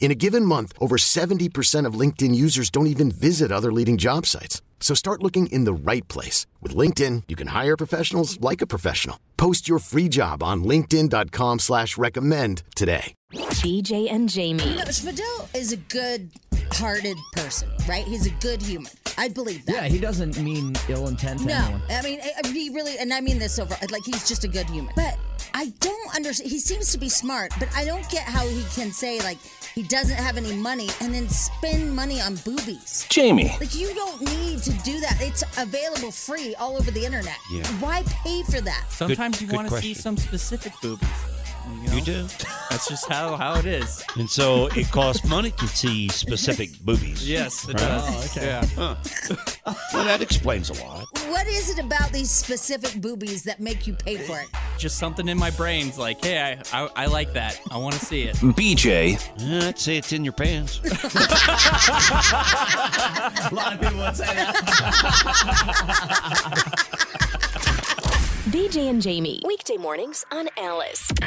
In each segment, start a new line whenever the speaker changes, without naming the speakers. In a given month, over 70% of LinkedIn users don't even visit other leading job sites. So start looking in the right place. With LinkedIn, you can hire professionals like a professional. Post your free job on linkedin.com slash recommend today.
BJ and Jamie.
No, Schmidl is a good-hearted person, right? He's a good human. I believe that.
Yeah, he doesn't mean ill intent to
no,
anyone.
I mean I- I- he really, and I mean this over. Like he's just a good human. But I don't understand. He seems to be smart, but I don't get how he can say like he doesn't have any money and then spend money on boobies.
Jamie.
Like you don't need to do that. It's available free all over the internet.
Yeah.
Why pay for that?
Sometimes you
good
want to see
question.
some specific boobies. You, know?
You do.
That's just how, how it is.
And so it costs money to see specific boobies.
Yes, it
Right.
does.
Oh, okay.
Yeah.
Well, that explains a lot.
What is it about these specific boobies that make you pay for it?
Just something in my brain's like, hey, I, I, I like that. I want to see it.
BJ
Yeah, I'd say it's in your pants.
A lot of people would say that.
BJ and Jamie. Weekday mornings on Alice.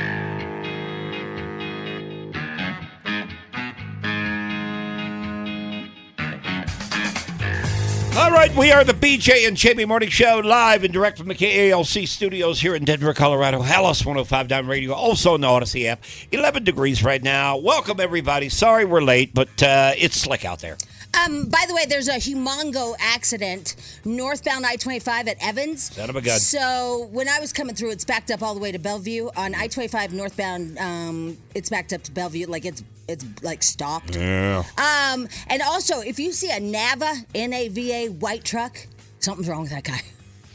All right, we are the BJ and Jamie Morning Show live and direct from the KALC studios here in Denver, Colorado. Halos 1059 Radio, also on the Odyssey app. 11 degrees right now. Welcome, everybody. Sorry we're late, but uh, it's slick out there.
Um, by the way, there's a humongo accident northbound I-25 at Evans.
Son of a gun.
So when I was coming through, it's backed up all the way to Bellevue on I-25 northbound. Um, it's backed up to Bellevue, like it's it's like stopped. Yeah. Um, and also, if you see a Nava N-A-V-A white truck, something's wrong with that guy.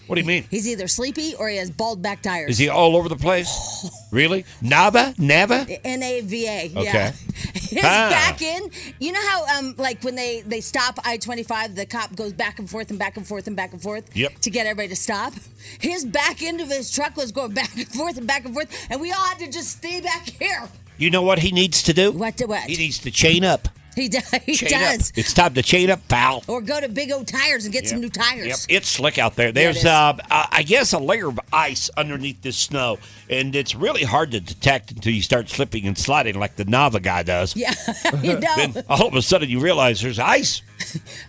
What do you mean?
He's either sleepy or he has bald back tires.
Is he all over the place? Really? Nava? Nava?
N A V A. Yeah.
Okay.
His
Ah.
back in. You know how um like when they they stop I twenty five, the cop goes back and forth and back and forth and back and forth.
Yep.
To get everybody to stop. His back end of his truck was going back and forth and back and forth, and we all had to just stay back here.
You know what he needs to do?
What to what?
He needs to chain up.
He, do- he
Chain
does.
Up. It's time to chain up, pal.
Or go to Big O Tires and get some new tires.
Yep, it's slick out there. There's,
is.
uh, uh, I guess, a layer of ice underneath this snow, and it's really hard to detect until you start slipping and sliding like the Nava guy does.
Yeah, you know.
Then all of a sudden you realize there's ice.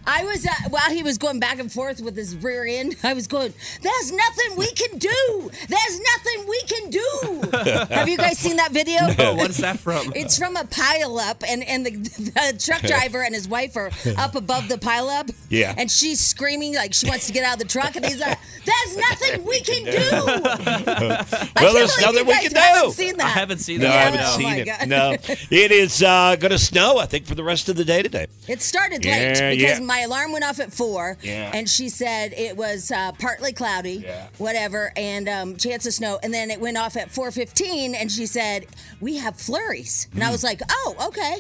I was uh, while he was going back and forth with his rear end. I was going, "There's nothing we can do. There's nothing we can do." Have you guys seen that video?
Oh, what is that from?
It's from a pile up, and and the, the truck driver and his wife are up above the pile up.
Yeah.
And she's screaming like she wants to get out of the truck, and he's like, "There's nothing we can do."
well, there's nothing we can do.
Seen
I
that.
haven't seen
no,
that.
I haven't
Oh,
seen
my
it.
God.
No, it is uh, going to snow. I think for the rest of the day today.
It started
Yeah,
late because
yeah.
my alarm went off at four,
Yeah.
and she said it was uh, partly cloudy,
Yeah.
whatever, and um, chance of snow. And then it went off at four fifteen, and she said we have flurries, and I was like, oh, okay,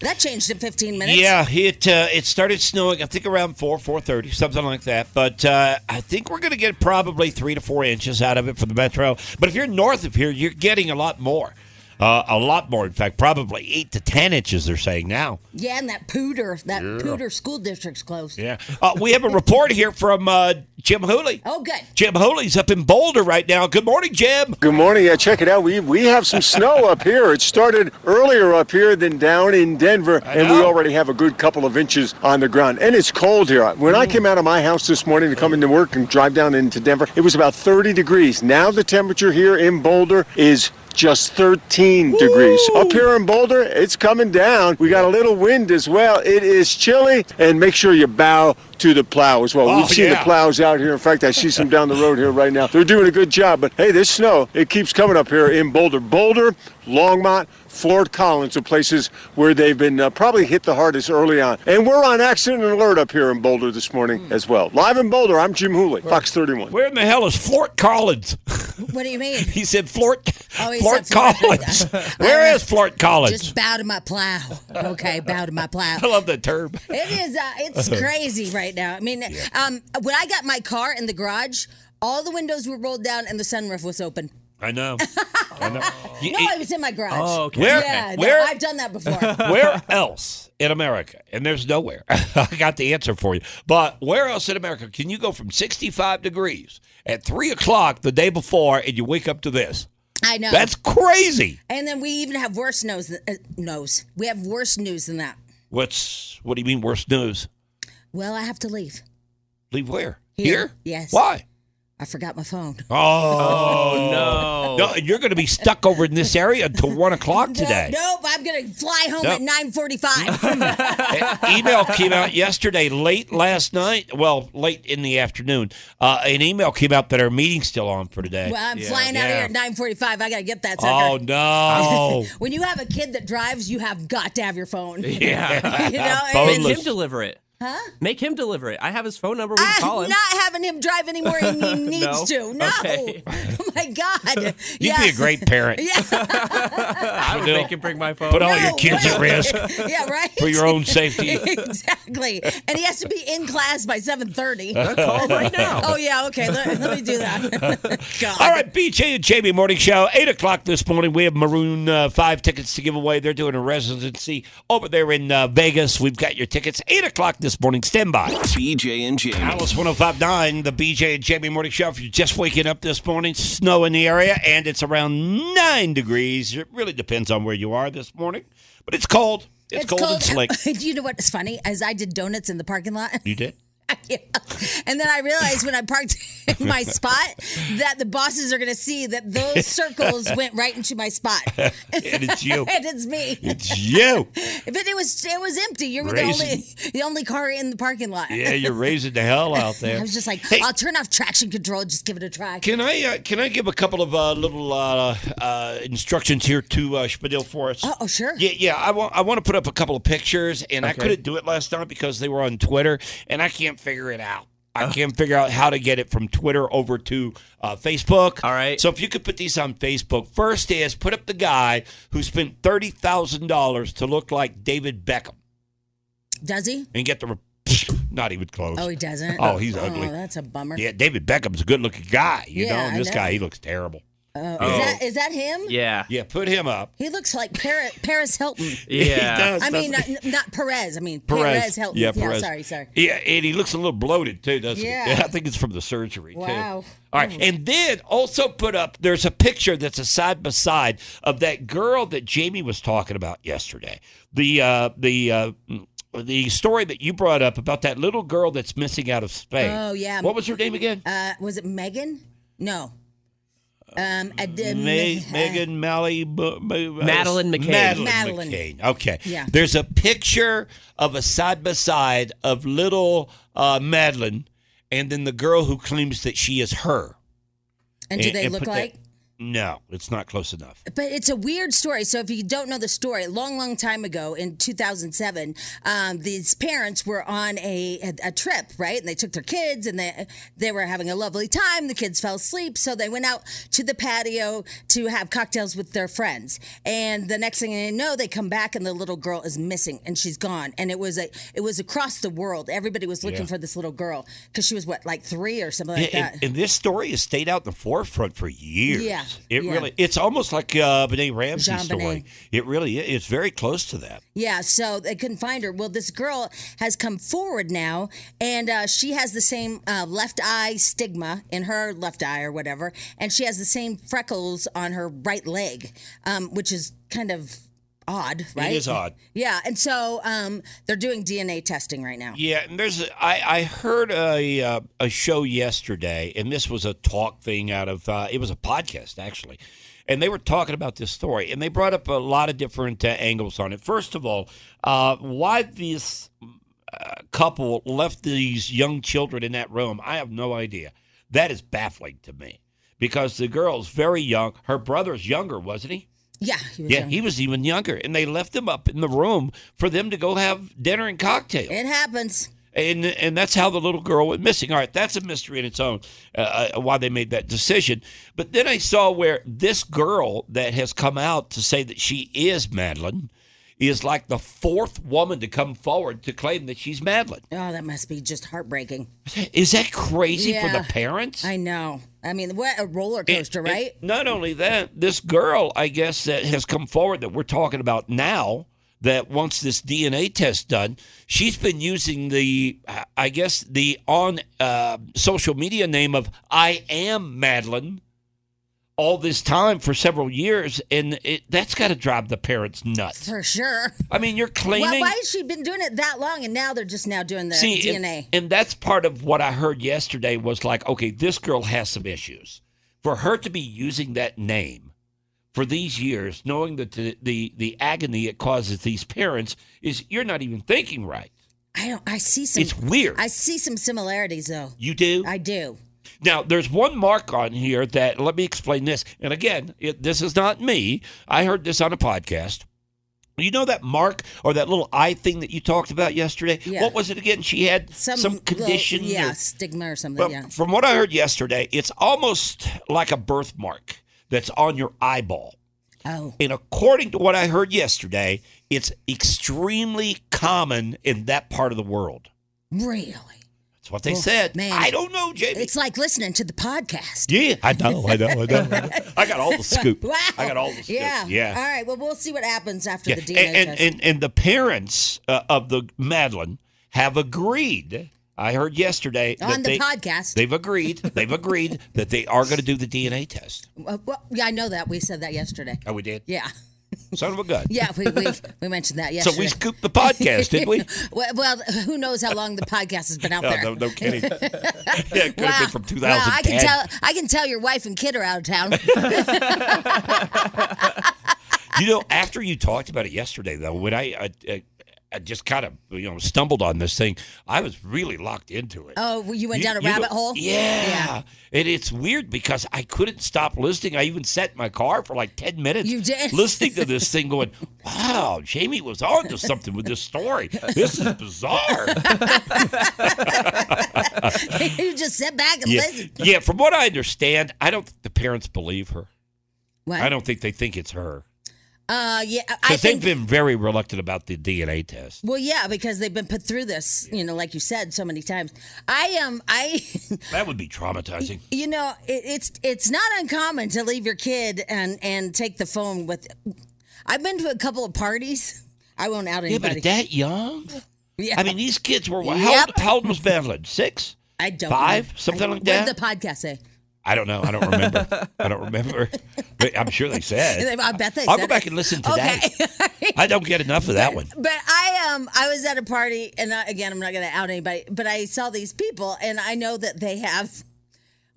that changed in fifteen minutes.
Hmm. Yeah, it uh, it started snowing. I think around four four thirty, something like that. But uh, I think we're going to get probably three to four inches out of it for the metro. But if you're north of here, you're getting a lot more, uh, a lot more. In fact, probably eight to ten inches. They're saying now.
yeah, and that pooter, that pooter school district's closed.
Yeah, uh, we have a report here from uh, Jim Hooley.
Oh, good.
Jim Hooley's up in Boulder right now. Good morning, Jim.
Good morning. Yeah, check it out. We we have some snow up here. It started earlier up here than down in Denver, and we
know.
already have a good couple of inches on the ground. And it's cold here. When I came out of my house this morning to come into work and drive down into Denver, it was about 30 degrees. Now the temperature here in Boulder is just 13 degrees. Up here in Boulder, it's coming down. We got a little wind as well. It is chilly, and make sure you bow to the plow as well.
Oh,
We've seen
yeah.
the plows out here. In fact, I see some down the road here right now. They're doing a good job. But hey, this snow, it keeps coming up here in Boulder. Boulder, Longmont, Fort Collins are places where they've been uh, probably hit the hardest early on. And we're on accident alert up here in Boulder this morning
Hmm.
as well. Live in Boulder, I'm Jim Hooley, Fox 31.
Where in the hell is Flort Collins?
What do you mean?
He said Flort,
Oh, he
Flort
said Flort.
Collins. Where is Flort Collins?
Just bow to my plow. Okay, bow to my plow.
I love that term.
It is. Uh, it's crazy right now. I mean, um, when I got my car in the garage, all the windows were rolled down and the sunroof was open.
I know. I know. You-
No, I was in my garage.
Oh, okay.
Where-
Yeah, no,
where-
I've done that before.
where else in America? And there's nowhere. I got the answer for you. But where else in America can you go from 65 degrees at 3 o'clock the day before and you wake up to this?
I know.
That's crazy.
and then we even have worse news. Than, uh, nose. We have worse news than that.
What's What do you mean worse news?
Well, I have to leave.
Leave where?
Here. Yes.
Why?
I forgot my phone.
Oh,
No.
no. You're going to be stuck over in this area until 1 o'clock today.
Nope, I'm gonna fly home
Nope.
at 9:45.
An E-, email came out yesterday, late last night. Well, late in the afternoon. Uh, an email came out that our meeting's still on for today.
well, I'm flying out of
yeah.
here at 9:45. I gotta get that sucker.
Oh no!
When you have a kid that drives, you have got to have your phone.
Yeah.
you know,
Make
and-
Phoneless.
him deliver it. Huh? Ah, Make him deliver it. I have his phone number. We can call
I'm
him.
Ah, not having him drive anymore and he needs to. No.
Okay.
Oh my God.
You'd be a great parent.
Yeah,
I would
No. uh,
make him bring my phone.
Put all your
No
kids at
way.
risk
yeah, right.
for your own safety.
exactly. And he has to be in class by 7:30.
call right now.
oh yeah, okay. Let, let me do that. God.
All right, BJ and Jamie Morning Show, 8 o'clock this morning. We have Maroon uh, 5 tickets to give away. They're doing a residency over there in uh, Vegas. We've got your tickets. 8 o'clock this morning. Stand by.
BJ and Jamie.
Alice 1059, the BJ and Jamie Morning Show. If you're just waking up this morning, snow in the area, and it's around 9 degrees. It really depends on where you are this morning, but it's cold. It's, cold, and slick.
Do you know what's funny? As I did donuts in the parking lot.
you did?
Yeah. And then I realized when I parked in my spot that the bosses are going to see that those circles went right into my spot. and
And it's you.
it's me.
It's you.
But it was it was empty. You were
Raisin.
the only the only car in the parking lot.
Yeah, you're raising the hell out there.
I was just like,
Hey.
I'll turn off traction control. Just give it a try.
Can I uh, can I give a couple of uh, little uh, uh, instructions here to uh, Spadil for us?
oh, oh, sure.
Yeah, yeah. I want I want to put up a couple of pictures, and I couldn't do it last night because they were on Twitter, and I can't figure it out. I can't figure out how to get it from Twitter over to uh, Facebook.
All right.
So if you could put these on Facebook, first is put up the guy who spent thirty thousand dollars to look like David Beckham
Does he?
and get the re- not even close.
Oh, he doesn't.
Oh, he's ugly.
Oh, that's a bummer.
Yeah, David Beckham's a good-looking guy, you
Yeah,
know. And
I
this
know.
guy, he looks terrible.
Oh. Is that is that him?
Yeah.
Yeah, put him up.
He looks like Paris, Paris Hilton.
Yeah.
He does,
I mean,
doesn't
not, not Perez. I mean
he?
Perez, Hilton. Sorry, sorry.
Yeah, and he looks a little bloated too, doesn't he?
Yeah.
Yeah, I think it's from the surgery too.
Wow. Hmm.
All right, and then also put up. There's a picture that's a side by side of that girl that Jamie was talking about yesterday. The uh, the uh, the story that you brought up about that little girl that's missing out of Spain.
Oh, yeah.
What was her name again?
Uh, was it Megan? No. Um, I did.
Uh, May, Megan Malley, B- B-
Madeline McCain.
Madeline,
Madeline.
McCain. Okay.
Yeah.
There's a picture of a side by side of little uh, Madeline, and then the girl who claims that she is her.
And do they
and
look
put that-
like?
No, it's not close enough.
But it's a weird story. So if you don't know the story, a long, long time ago in 2007, um, these parents were on a, a, a trip, right? And they took their kids and they, they were having a lovely time. The kids fell asleep. So they went out to the patio to have cocktails with their friends. And the next thing they know, they come back and the little girl is missing and she's gone. And it was a, it was across the world. Everybody was looking for this little girl because she was what, like three or something like that.
And, and this story has stayed out in the forefront for years.
Yeah,
It
yeah.
really, it's almost like uh, Benet Ramsey's
Jean
story.
Benet.
It really, i- it's very close to that.
Yeah, so they couldn't find her. Well, this girl has come forward now, and uh, she has the same uh, left eye stigma in her left eye or whatever, and she has the same freckles on her right leg, um, which is kind of odd, right?
It is odd.
Yeah, and so um, they're doing DNA testing right now.
Yeah, and there's a, I, I heard a uh, a show yesterday, and this was a talk thing out of uh, it was a podcast actually, and they were talking about this story, and they brought up a lot of different uh, angles on it. First of all, uh, why these uh, couple left these young children in that room? I have no idea. That is baffling to me because the girl's very young. Her brother's younger, wasn't he?
Yeah, he was
Yeah,
young.
he was even younger. And they left him up in the room for them to go have dinner and cocktails
it happens.
and and that's how the little girl went missing. All right, that's a mystery in its own uh, uh, why they made that decision. But then I saw where this girl that has come out to say that she is Madeline is like the fourth woman to come forward to claim that she's Madeline.
Oh, that must be just heartbreaking.
Is that crazy for
Yeah.
the parents?
I know. I mean, what a roller
And-
coaster,
and
right?
not only that, this girl, I guess, that has come forward that we're talking about now, that once this DNA test done, she's been using the, I- I guess, the on uh, social media name of I am Madeline all this time for several years, and it, that's got to drive the parents nuts.
For sure.
I mean, you're
Well,
claiming.
why has she been doing it that long and now they're just now doing the
See, and-
DNA?
And, that's part of what I heard yesterday was like, okay, this girl has some issues. For her to be using that name for these years, knowing that the, the, the agony it causes these parents is you're not even thinking right.
I don't. I see some.
It's weird.
I see some similarities though.
You do?
I do.
Now, there's one mark on here that let me explain this. And again, it, this is not me. I heard this on a podcast. You know that mark or that little eye thing that you talked about yesterday?
Yeah.
What was it again? She had some,
little-
condition. or-
yeah, stigma or something.
But
yeah.
from what I heard yesterday, it's almost like a birthmark that's on your eyeball.
Oh,
And according to what I heard yesterday, it's extremely common in that part of the world.
really?
That's what they said.
Oh, man.
I don't know, Jamie.
It's like listening to the podcast.
yeah, I know, I know, I know. I know. I got all the scoop.
Wow.
I got all the scoop.
Yeah.
yeah.
All right. Well, we'll see what happens after
Yeah,
the DNA
and, and,
test.
And, and the parents uh, of the Madeline have agreed. I heard yesterday that
On the
they-
podcast.
They've agreed. They've agreed that they are going to do the DNA test.
Uh, well, yeah, I know that. We said that yesterday.
Oh, we did.
Yeah.
Son of a gun.
Yeah, we, we, we mentioned that
So
yesterday.
we scooped the podcast, didn't we?
well, well, who knows how long the podcast has been out
Oh,
there?
no, no kidding. yeah, it could
Wow.
have been from 2010.
Wow, I can tell. I can tell your wife and kid are out of town.
You know, after you talked about it yesterday, though, when I, I, I, I just kind of you know stumbled on this thing, I was really locked into it.
oh, well, you went down a
you
rabbit
go-
hole.
Yeah. And it's weird because I couldn't stop listening. I even sat in my car for like 10 minutes.
You did?
Listening to this thing going, wow, Jamie was on to something with this story. This is bizarre.
you just sit back and
yeah.
listen.
yeah, from what I understand, I don't think the parents believe her.
What?
I don't think they think it's her.
Uh, yeah, I- I
Because they've
think.
been very reluctant about the DNA test.
well, yeah, because they've been put through this, you know, like you said so many times. I am. I,
That would be traumatizing.
you know, it, it's it's not uncommon to leave your kid and and take the phone with. I've been to a couple of parties. I won't out
Yeah, but
anybody.
at that young?
Yeah.
I mean, these kids were, how,
Yep.
how old was Madeline? Six?
I don't
Five?
know.
Something
I-
like that?
What did the podcast say?
I don't know. I don't remember. I don't remember. But I'm sure they said.
I bet they.
I'll
said
go back
it.
and listen to that.
Okay.
I don't get enough of that one.
But I um I was at a party and I, again I'm not going to out anybody, but I saw these people and I know that they have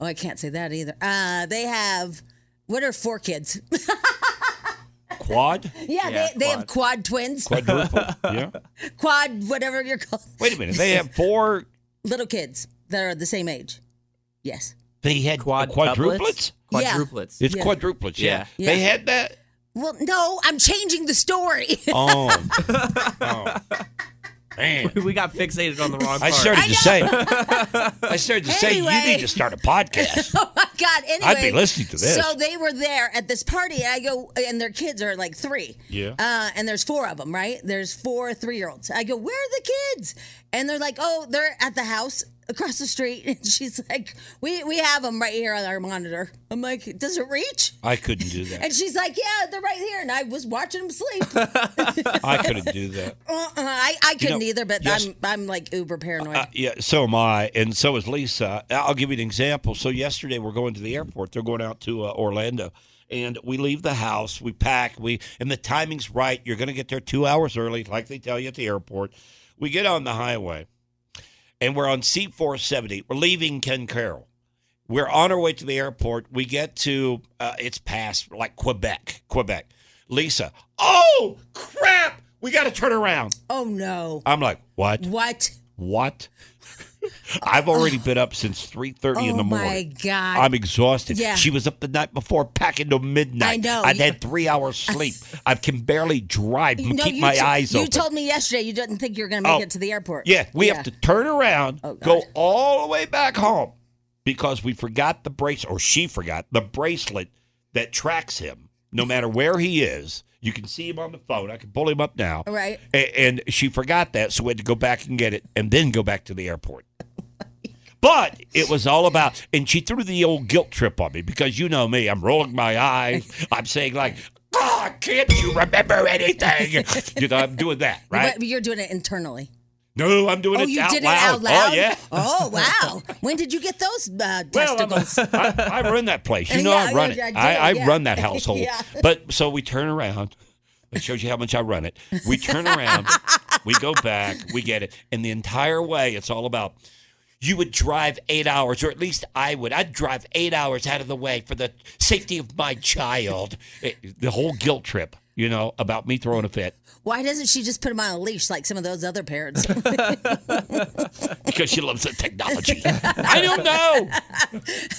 Oh, I can't say that either. Uh they have what are four kids?
Quad,
yeah, they, they have quad twins, quad,
quadruple. yeah.
whatever you're called,
Wait a minute. They have four.
little kids that are the same age. Yes.
They had
Quad
quadruplets.
Yeah.
Quadruplets.
It's
Yeah.
quadruplets. Yeah.
Yeah.
They had that.
Well, no, I'm changing the story.
Oh. Oh. Man.
We got fixated on the wrong part.
I started to say. I started to say you
Anyway.
need to start a podcast.
oh my god! Anyway,
I'd be listening to this.
So they were there at this party, and I go, and their kids are like three.
Yeah.
Uh, and there's four of them, right? There's four three-year-olds. I go, where are the kids? And they're like, oh, they're at the house across the street. And she's like, we we have them right here on our monitor. I'm like, does it reach?
I couldn't do that.
And she's like, yeah, they're right here. And I was watching them sleep. uh,
I couldn't do that.
I I couldn't
know,
either, but
yes-
I'm I'm like uber paranoid.
Uh, yeah, so am I, and so is Lisa. I'll give you an example. So yesterday, we're going to the airport. They're going out to uh, Orlando, and we leave the house. We pack. We and the timing's right. You're going to get there two hours early, like they tell you at the airport. We get on the highway, and we're on C470. We're leaving Ken Carroll. We're on our way to the airport. We get to uh, it's past like Quebec, Quebec. Lisa, oh crap! We got to turn around.
Oh no.
I'm like, what?
What?
What? I've already been up since 3.30 in
Oh,
the morning.
my God.
I'm exhausted.
Yeah.
She was up the night before packing till midnight.
I know.
I've had three hours sleep. I can barely drive and keep
you
my
t-
eyes
You
open.
told me yesterday you didn't think you were going to make
Oh.
it to the airport.
yeah, we have to turn around, go
God.
all the way back home because we forgot the brace, or she forgot the bracelet that tracks him no matter where he is. You can see him on the phone. I can pull him up now.
All right.
A- And, she forgot that, so we had to go back and get it and then go back to the airport. But it was all about, and she threw the old guilt trip on me because you know me. I'm rolling my eyes. I'm saying like, "God, can't you remember anything?" you know, I'm doing that, right?
But you're doing it internally.
No, I'm doing
oh,
it,
you
out,
did
loud.
it out loud?
Oh yeah.
Oh, wow. when did you get those uh,
Well, I'm
testicles?
a- I, I run that place. You know,
Yeah,
I run
yeah,
it.
I do,
I, I
yeah.
run that household.
Yeah.
But so we turn around. It shows you how much I run it. We turn around. we go back. We get it. And the entire way, it's all about. You would drive eight hours, or at least I would. I'd drive eight hours out of the way for the safety of my child. It- the whole guilt trip, you know, about me throwing a fit
Why doesn't she just put him on a leash like some of those other parents?
because she loves the technology. I don't know.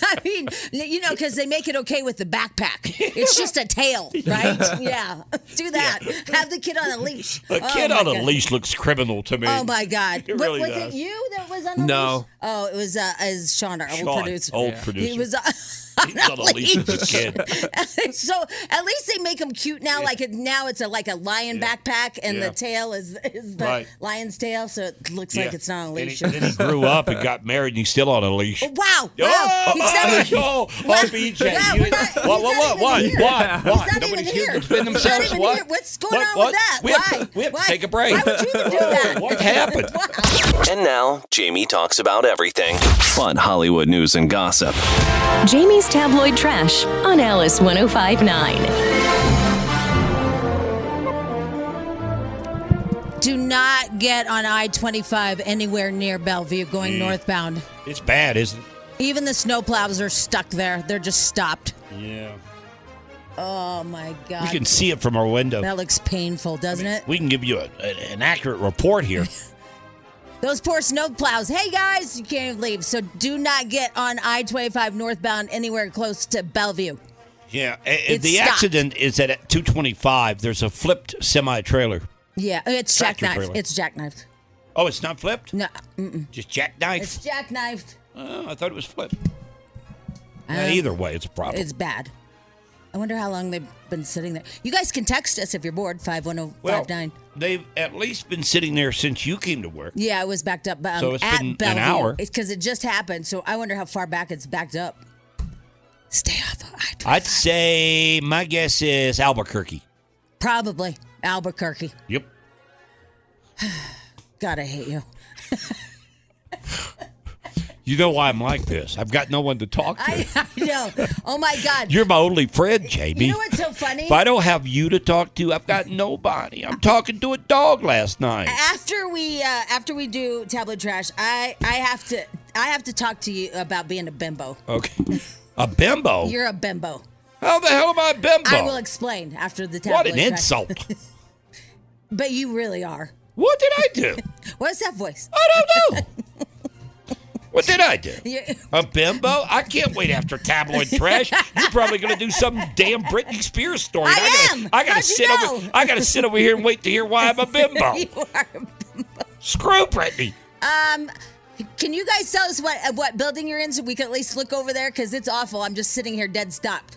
I mean, you know, because they make it okay with the backpack. It's just a tail, right? Yeah. Do that. Have the kid on a leash.
A
Oh,
kid
my
on a
God.
leash looks criminal to me.
Oh my God!
It
What-
really
was
does.
it you that was on the
No.
leash? Oh, it was uh, as Sean, our
Sean,
old producer.
old producer.
He was on,
He's on a leash as a kid.
so at least they make them cute now. Like it, now it's a like a lion backpack, and
Yeah.
the tail is is the
Right.
lion's tail, so it looks like
Yeah.
it's not on a
And
leash.
he, then he grew up and got married, and he's still on a leash.
Oh, wow! Wow!
Oh,
He's not
oh,
even-
oh, oh,
Wow.
BJ.
Wow,
you-
we're not-
what,
he's
what,
not even here.
what, what, what,
He's
what?
not
Nobody's
even
here to
here.
defend
He's not
themselves.
even
what?
here. What's going
what,
on
what?
with that?
We have,
Why?
To, we have
Why?
to take a break.
Why would you even do that?
What happened?
Wow.
And now, Jamie talks about everything fun Hollywood news and gossip.
Jamie's Tabloid Trash on Alice 1059.
Do not get on I 25 anywhere near Bellevue going
Mm.
northbound.
It's bad, isn't it?
Even the snowplows are stuck there. They're just stopped.
Yeah.
Oh my God.
We can see it from our window.
that looks painful, doesn't it?
We can give you a, a- an accurate report here.
Those poor snowplows. Hey guys, you can't even leave. So do not get on I 25 northbound anywhere close to Bellevue.
Yeah. a- a-
It's
the
stopped.
accident is that at 225, there's a flipped semi trailer.
Yeah, it's
Tractor
jackknife.
trailer.
It's jackknife.
Oh, it's not flipped?
No, mm-mm.
Just jackknife?
it's jackknifed.
Oh, I thought it was flipped.
Uh,
Yeah, either way, it's a problem.
It's bad. I wonder how long they've been sitting there. You guys can text us if you're bored. Five one zero
well,
five nine.
they've at least been sitting there since you came to work.
Yeah, it was backed up. But um,
So it's
at
been an
Bellevue,
hour.
because it just happened. So I wonder how far back it's backed up. Stay off of I-25.
I'd say my guess is Albuquerque.
Probably Albuquerque.
Yep.
God, I hate you.
You know why I'm like this? I've got no one to talk to.
I, I know. Oh my God.
You're my only friend, Jamie.
you know what's so funny?
if I don't have you to talk to, I've got nobody. I'm talking to a dog last night.
after we uh, after we do tablet trash, I I have to I have to talk to you about being a bimbo.
Okay. A bimbo?
You're a bimbo.
How the hell am I a bimbo?
I will explain after the tablet.
what an
trash.
insult.
But you really are.
what did I do?
What's that voice?
I don't know. what did I do?
You're-
A bimbo? I can't wait after tabloid trash. You're probably gonna do some damn Britney Spears story.
I
gotta,
am.
I gotta
How'd you
sit
know?
over. I gotta sit over here and wait to hear why I'm a bimbo.
you are. a
Screw Britney.
Um, can you guys tell us what uh, what building you're in so we can at least look over there? Because it's awful. I'm just sitting here dead stopped.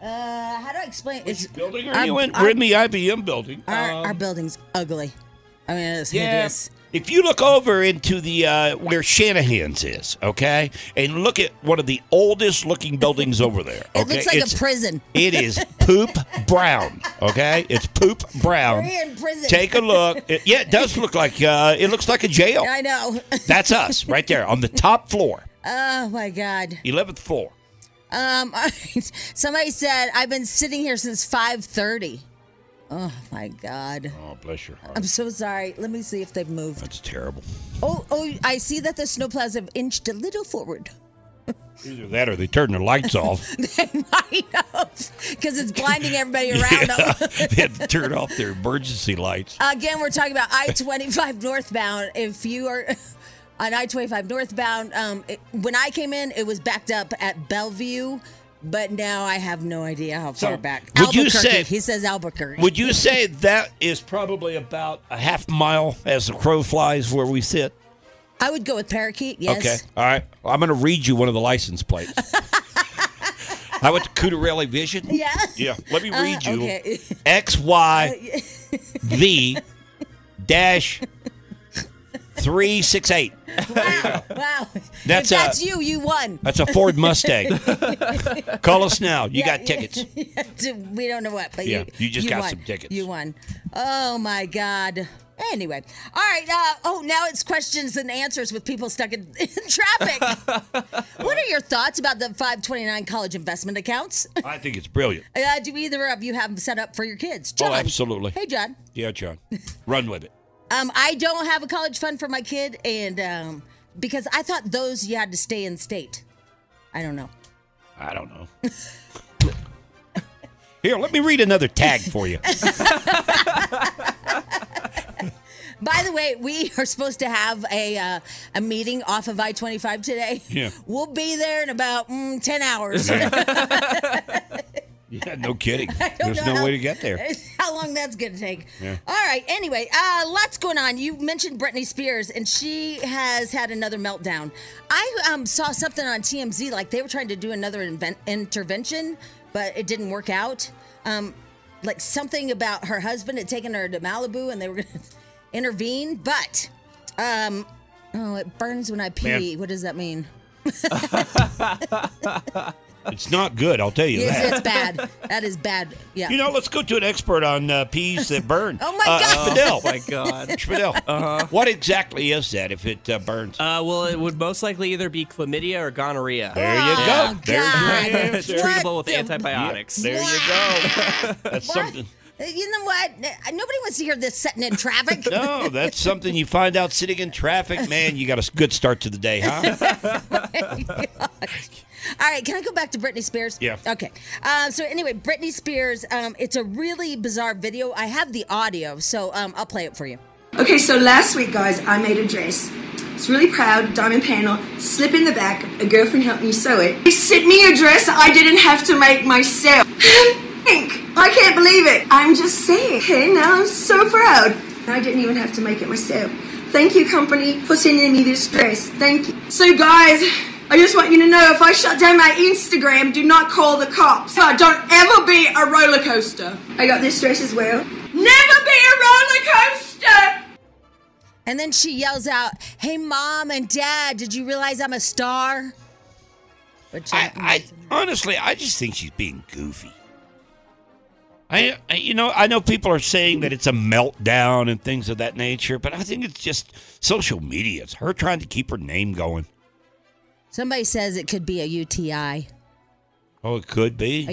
Uh, how do I explain? It's,
Building
our,
are you in?
Our,
We're in the IBM building.
our,
Um,
our building's ugly. I mean, it's
yeah.
hideous.
If you look over into the uh, where Shanahan's is, okay, and look at one of the oldest looking buildings over there.
It
Okay?
looks like
It's-
a prison.
It is poop brown. Okay, it's poop brown.
We're in prison.
Take a look. It- yeah, it does look like uh, it looks like a jail.
I know.
That's us right there on the top floor,
oh my god.
eleventh floor.
Um, all right. somebody said I've been sitting here since 5:30. Oh my god.
Oh, bless your heart.
I'm so sorry. Let me see if they've moved.
That's terrible.
Oh, oh! I see that the snowplows have inched a little forward.
Either that or they turn their lights off.
They might have because it's blinding everybody
Yeah.
around them.
they had to turn off their emergency lights.
Again, we're talking about I 25 northbound. If you are on I 25 northbound, um, it- when I came in, it was backed up at Bellevue, but now I have no idea how far back.
would you
Albuquerque.
say-
He says Albuquerque.
Would you say that is probably about a half mile as the crow flies where we sit?
I would go with Parakeet, yes.
Okay. All right. Well, I'm going to read you one of the license plates. I went to Cudarelli Vision.
Yeah.
Yeah. Let me
Uh,
read you.
okay.
X Y V dash three six eight.
Wow.
That's
if that's
a-
you, you won.
That's a Ford Mustang. Call us now. You
Yeah,
got
yeah.
tickets.
we don't know what, but
Yeah,
you,
you just got
won.
some tickets.
You won. Oh my God. Anyway, all right. Uh, oh, now it's questions and answers with people stuck in, in traffic. what are your thoughts about the 529 college investment accounts?
I think it's brilliant.
Uh, do either of you have them set up for your kids?
Oh,
John.
absolutely.
Hey, John.
Yeah, John. Run with it.
Um, I don't have a college fund for my kid, and um, because I thought those you had to stay in state. I don't know.
I don't know. Here, let me read another tag for you.
By the way, we are supposed to have a uh, a meeting off of I twenty five today.
Yeah.
we'll be there in about mm, ten hours.
Yeah, no kidding.
don't
There's
know
no
how-
way to get there.
How long that's gonna take?
Yeah.
All right. Anyway, uh, lots going on. You mentioned Britney Spears, and she has had another meltdown. I um, saw something on TMZ like they were trying to do another invent- intervention, but it didn't work out. Um, like something about her husband had taken her to Malibu, and they were gonna intervene, but um, oh, it burns when I pee.
Man.
What does that mean?
It's not good, I'll tell you
It's,
that.
it's bad. That is bad. Yeah.
You know, let's go to an expert on uh, peas that burn.
Oh, my
Uh,
God. Uh-huh.
Spadil.
my God.
Spadil, what exactly is that if it uh, burns?
Uh, well, it would most likely either be chlamydia or gonorrhea.
there you go.
Oh,
There's your
God.
answer.
It's treatable
What
with
the-
antibiotics.
There you go. That's something.
You know what? Uh, Nobody wants to hear this sitting in traffic.
No, that's something you find out sitting in traffic. Man, you got a good start to the day, huh?
All right, can I go back to Britney Spears?
Yeah.
Okay. Uh, so anyway, Britney Spears. Um, it's a really bizarre video. I have the audio, so um, I'll play it for you.
Okay, so last week, guys, I made a dress. It's really proud, diamond panel, slip in the back. A girlfriend helped me sew it. They sent me a dress I didn't have to make myself. Pink. I can't believe it. I'm just saying. Okay, now I'm so proud. I didn't even have to make it myself. Thank you, company, for sending me this dress. Thank you. So, guys, I just want you to know if I shut down my Instagram, do not call the cops. Uh, Don't ever be a roller coaster. I got this dress as well. Never be a roller coaster!
And then she yells out, "Hey, mom and dad, did you realize I'm a star?" Which
I, I honestly, I just think she's being goofy. I, I, you know, I know people are saying that it's a meltdown and things of that nature, but I think it's just social media. It's her trying to keep her name going.
somebody says it could be a UTI,
Oh, it could be.
a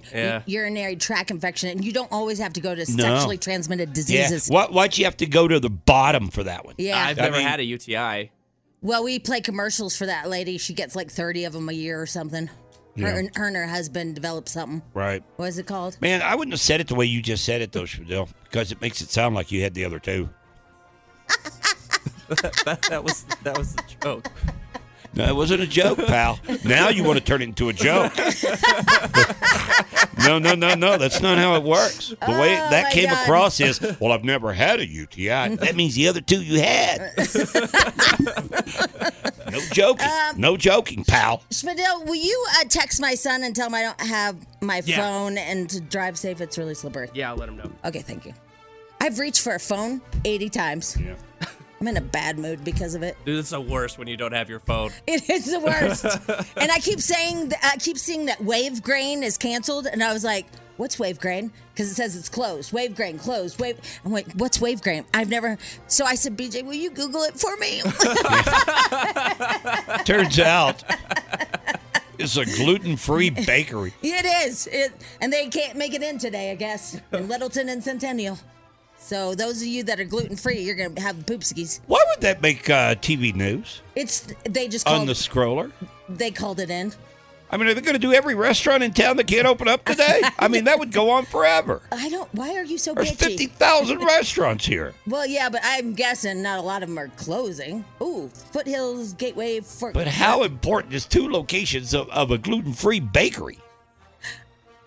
urin-
Yeah.
urinary tract infection, and you don't always have to go to
No.
sexually transmitted
Yeah.
diseases.
Why, why'd you have to go to the bottom for that one?
Yeah.
I've
I
never
mean-
had a UTI.
Well, we play commercials for that lady. She gets like 30 of them a year or something. Her, and, her and her husband developed something.
Right.
What is it called?
Man, I wouldn't have said it the way you just said it, though, Spadil, because it makes it sound like you had the other two.
That was that was the joke.
No, it wasn't a joke, pal. Now you want to turn it into a joke. no, no, no, no. That's not how it works. The way
Oh,
that
my
came
God.
across is, well, I've never had a UTI. That means the other two you had. no joking.
Um,
no joking, pal.
Spadil, will you uh, text my son and tell him I don't have my
Yeah.
phone and to drive safe? It's really slippery.
Yeah, I'll let him know.
Okay, thank you. I've reached for a phone 80 times.
Yeah.
I'm in a bad mood because of it.
Dude, it's the worst when you don't have your phone.
It is the worst. and I keep saying, th- I keep seeing that Wave Grain is canceled, and I was like, "What's Wave Grain?" Because it says it's closed. Wave Grain closed. Wave. I'm like, "What's Wave Grain?" I've never. So I said, "BJ, will you Google it for me?"
Turns out it's a gluten free bakery.
it is. It, and they can't make it in today, I guess, in Littleton and Centennial. So those of you that are gluten free, you're gonna have poopsies.
Why would that make uh, TV news
It's they just
on
called
the scroller?
they called it in.
I mean, are they going to do every restaurant in town that can't open up today? I mean, that would go on forever.
I don't. Why are you so
There's
bitchy?
50,000 restaurants here.
Well, yeah, but I'm guessing not a lot of them are closing. Ooh, Foothills Gateway Fork.
But how important is two locations of, of a gluten free bakery?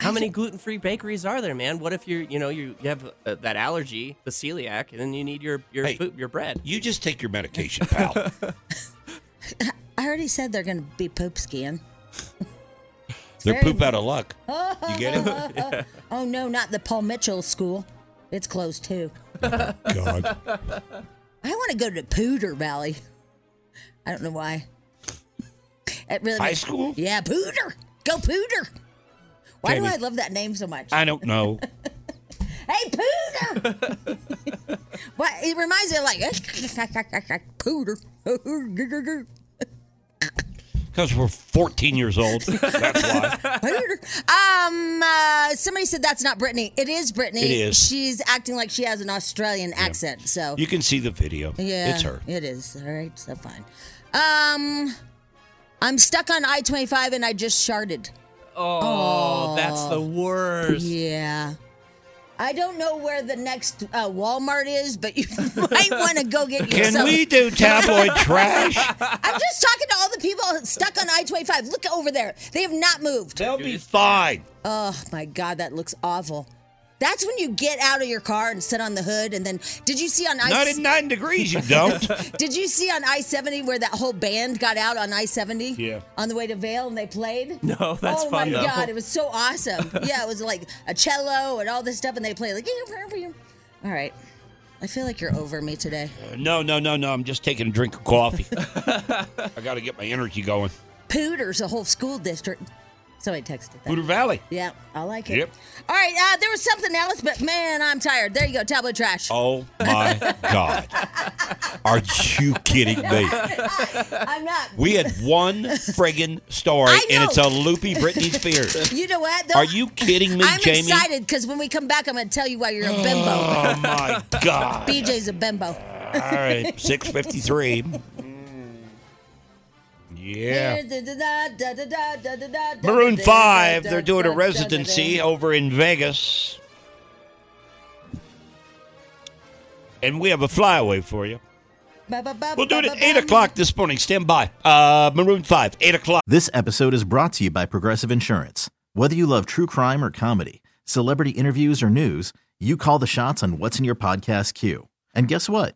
How many gluten-free bakeries are there, man? What if you're, you know, you, you have uh, that allergy, the celiac, and then you need your your
Hey.
food, your bread.
You just take your medication, pal.
I already said they're going to be poop skiing.
They're
very-
poop out of luck. You get it?
Oh no, not the Paul Mitchell School. It's closed too.
God.
I want to go to Pooter Valley. I don't know why. It really
High
makes-
school?
Yeah, Pooter. Go Pooter. Why
Jamie.
do I love that name so much?
I don't know.
Hey, Pooter! what? It reminds me of like Pooter.
Because we're 14 years old. That's why.
Um, uh, somebody said that's not Brittany. It is Brittany.
It is.
She's acting like she has an Australian accent. So
You can see the video.
yeah,
It's her.
It is. All right, so fine. Um, I'm stuck on I twenty five and I just sharded.
Oh, that's the worst.
Yeah. I don't know where the next uh, Walmart is, but you might want to go get yourself.
Can we do tabloid trash?
I'm just talking to all the people stuck on I 25. Look over there. They have not moved.
They'll be fine.
Oh my God, that looks awful. That's when you get out of your car and sit on the hood. And then, did you see on
Not
I
at nine degrees, you don't.
did you see on I seventy where that whole band got out on I seventy?
Yeah.
On the way to Vale, and they played.
No, that's
oh
fun
my
though.
god, it was so awesome. yeah, it was like a cello and all this stuff, and they played like. All right, I feel like you're over me today.
no, no, no, no. I'm just taking a drink of coffee. I got to get my energy going.
Pooter's a whole school district. Somebody texted that.
Hooter Valley.
Yeah, I like it.
Yep.
All right, uh, there was something else, but man, I'm tired. There you go, tablet trash.
Oh my God. Are you kidding me?
I'm not.
We had one friggin' story,
I
and
know.
it's a loopy Britney Spears.
You know what?
Are you kidding me,
I'm
Jamie?
excited because when we come back, I'm going to tell you why you're a bimbo.
Oh my God.
BJ's a bimbo.
All right, 653. Yeah. Maroon 5, they're doing a residency over in Vegas. And we have a flyaway for you. We'll do it at 8 o'clock this morning. Stand by. Uh, Maroon 5, 8 o'clock.
This episode is brought to you by Progressive Insurance. Whether you love true crime or comedy, celebrity interviews or news, you call the shots on what's in your podcast queue. And guess what?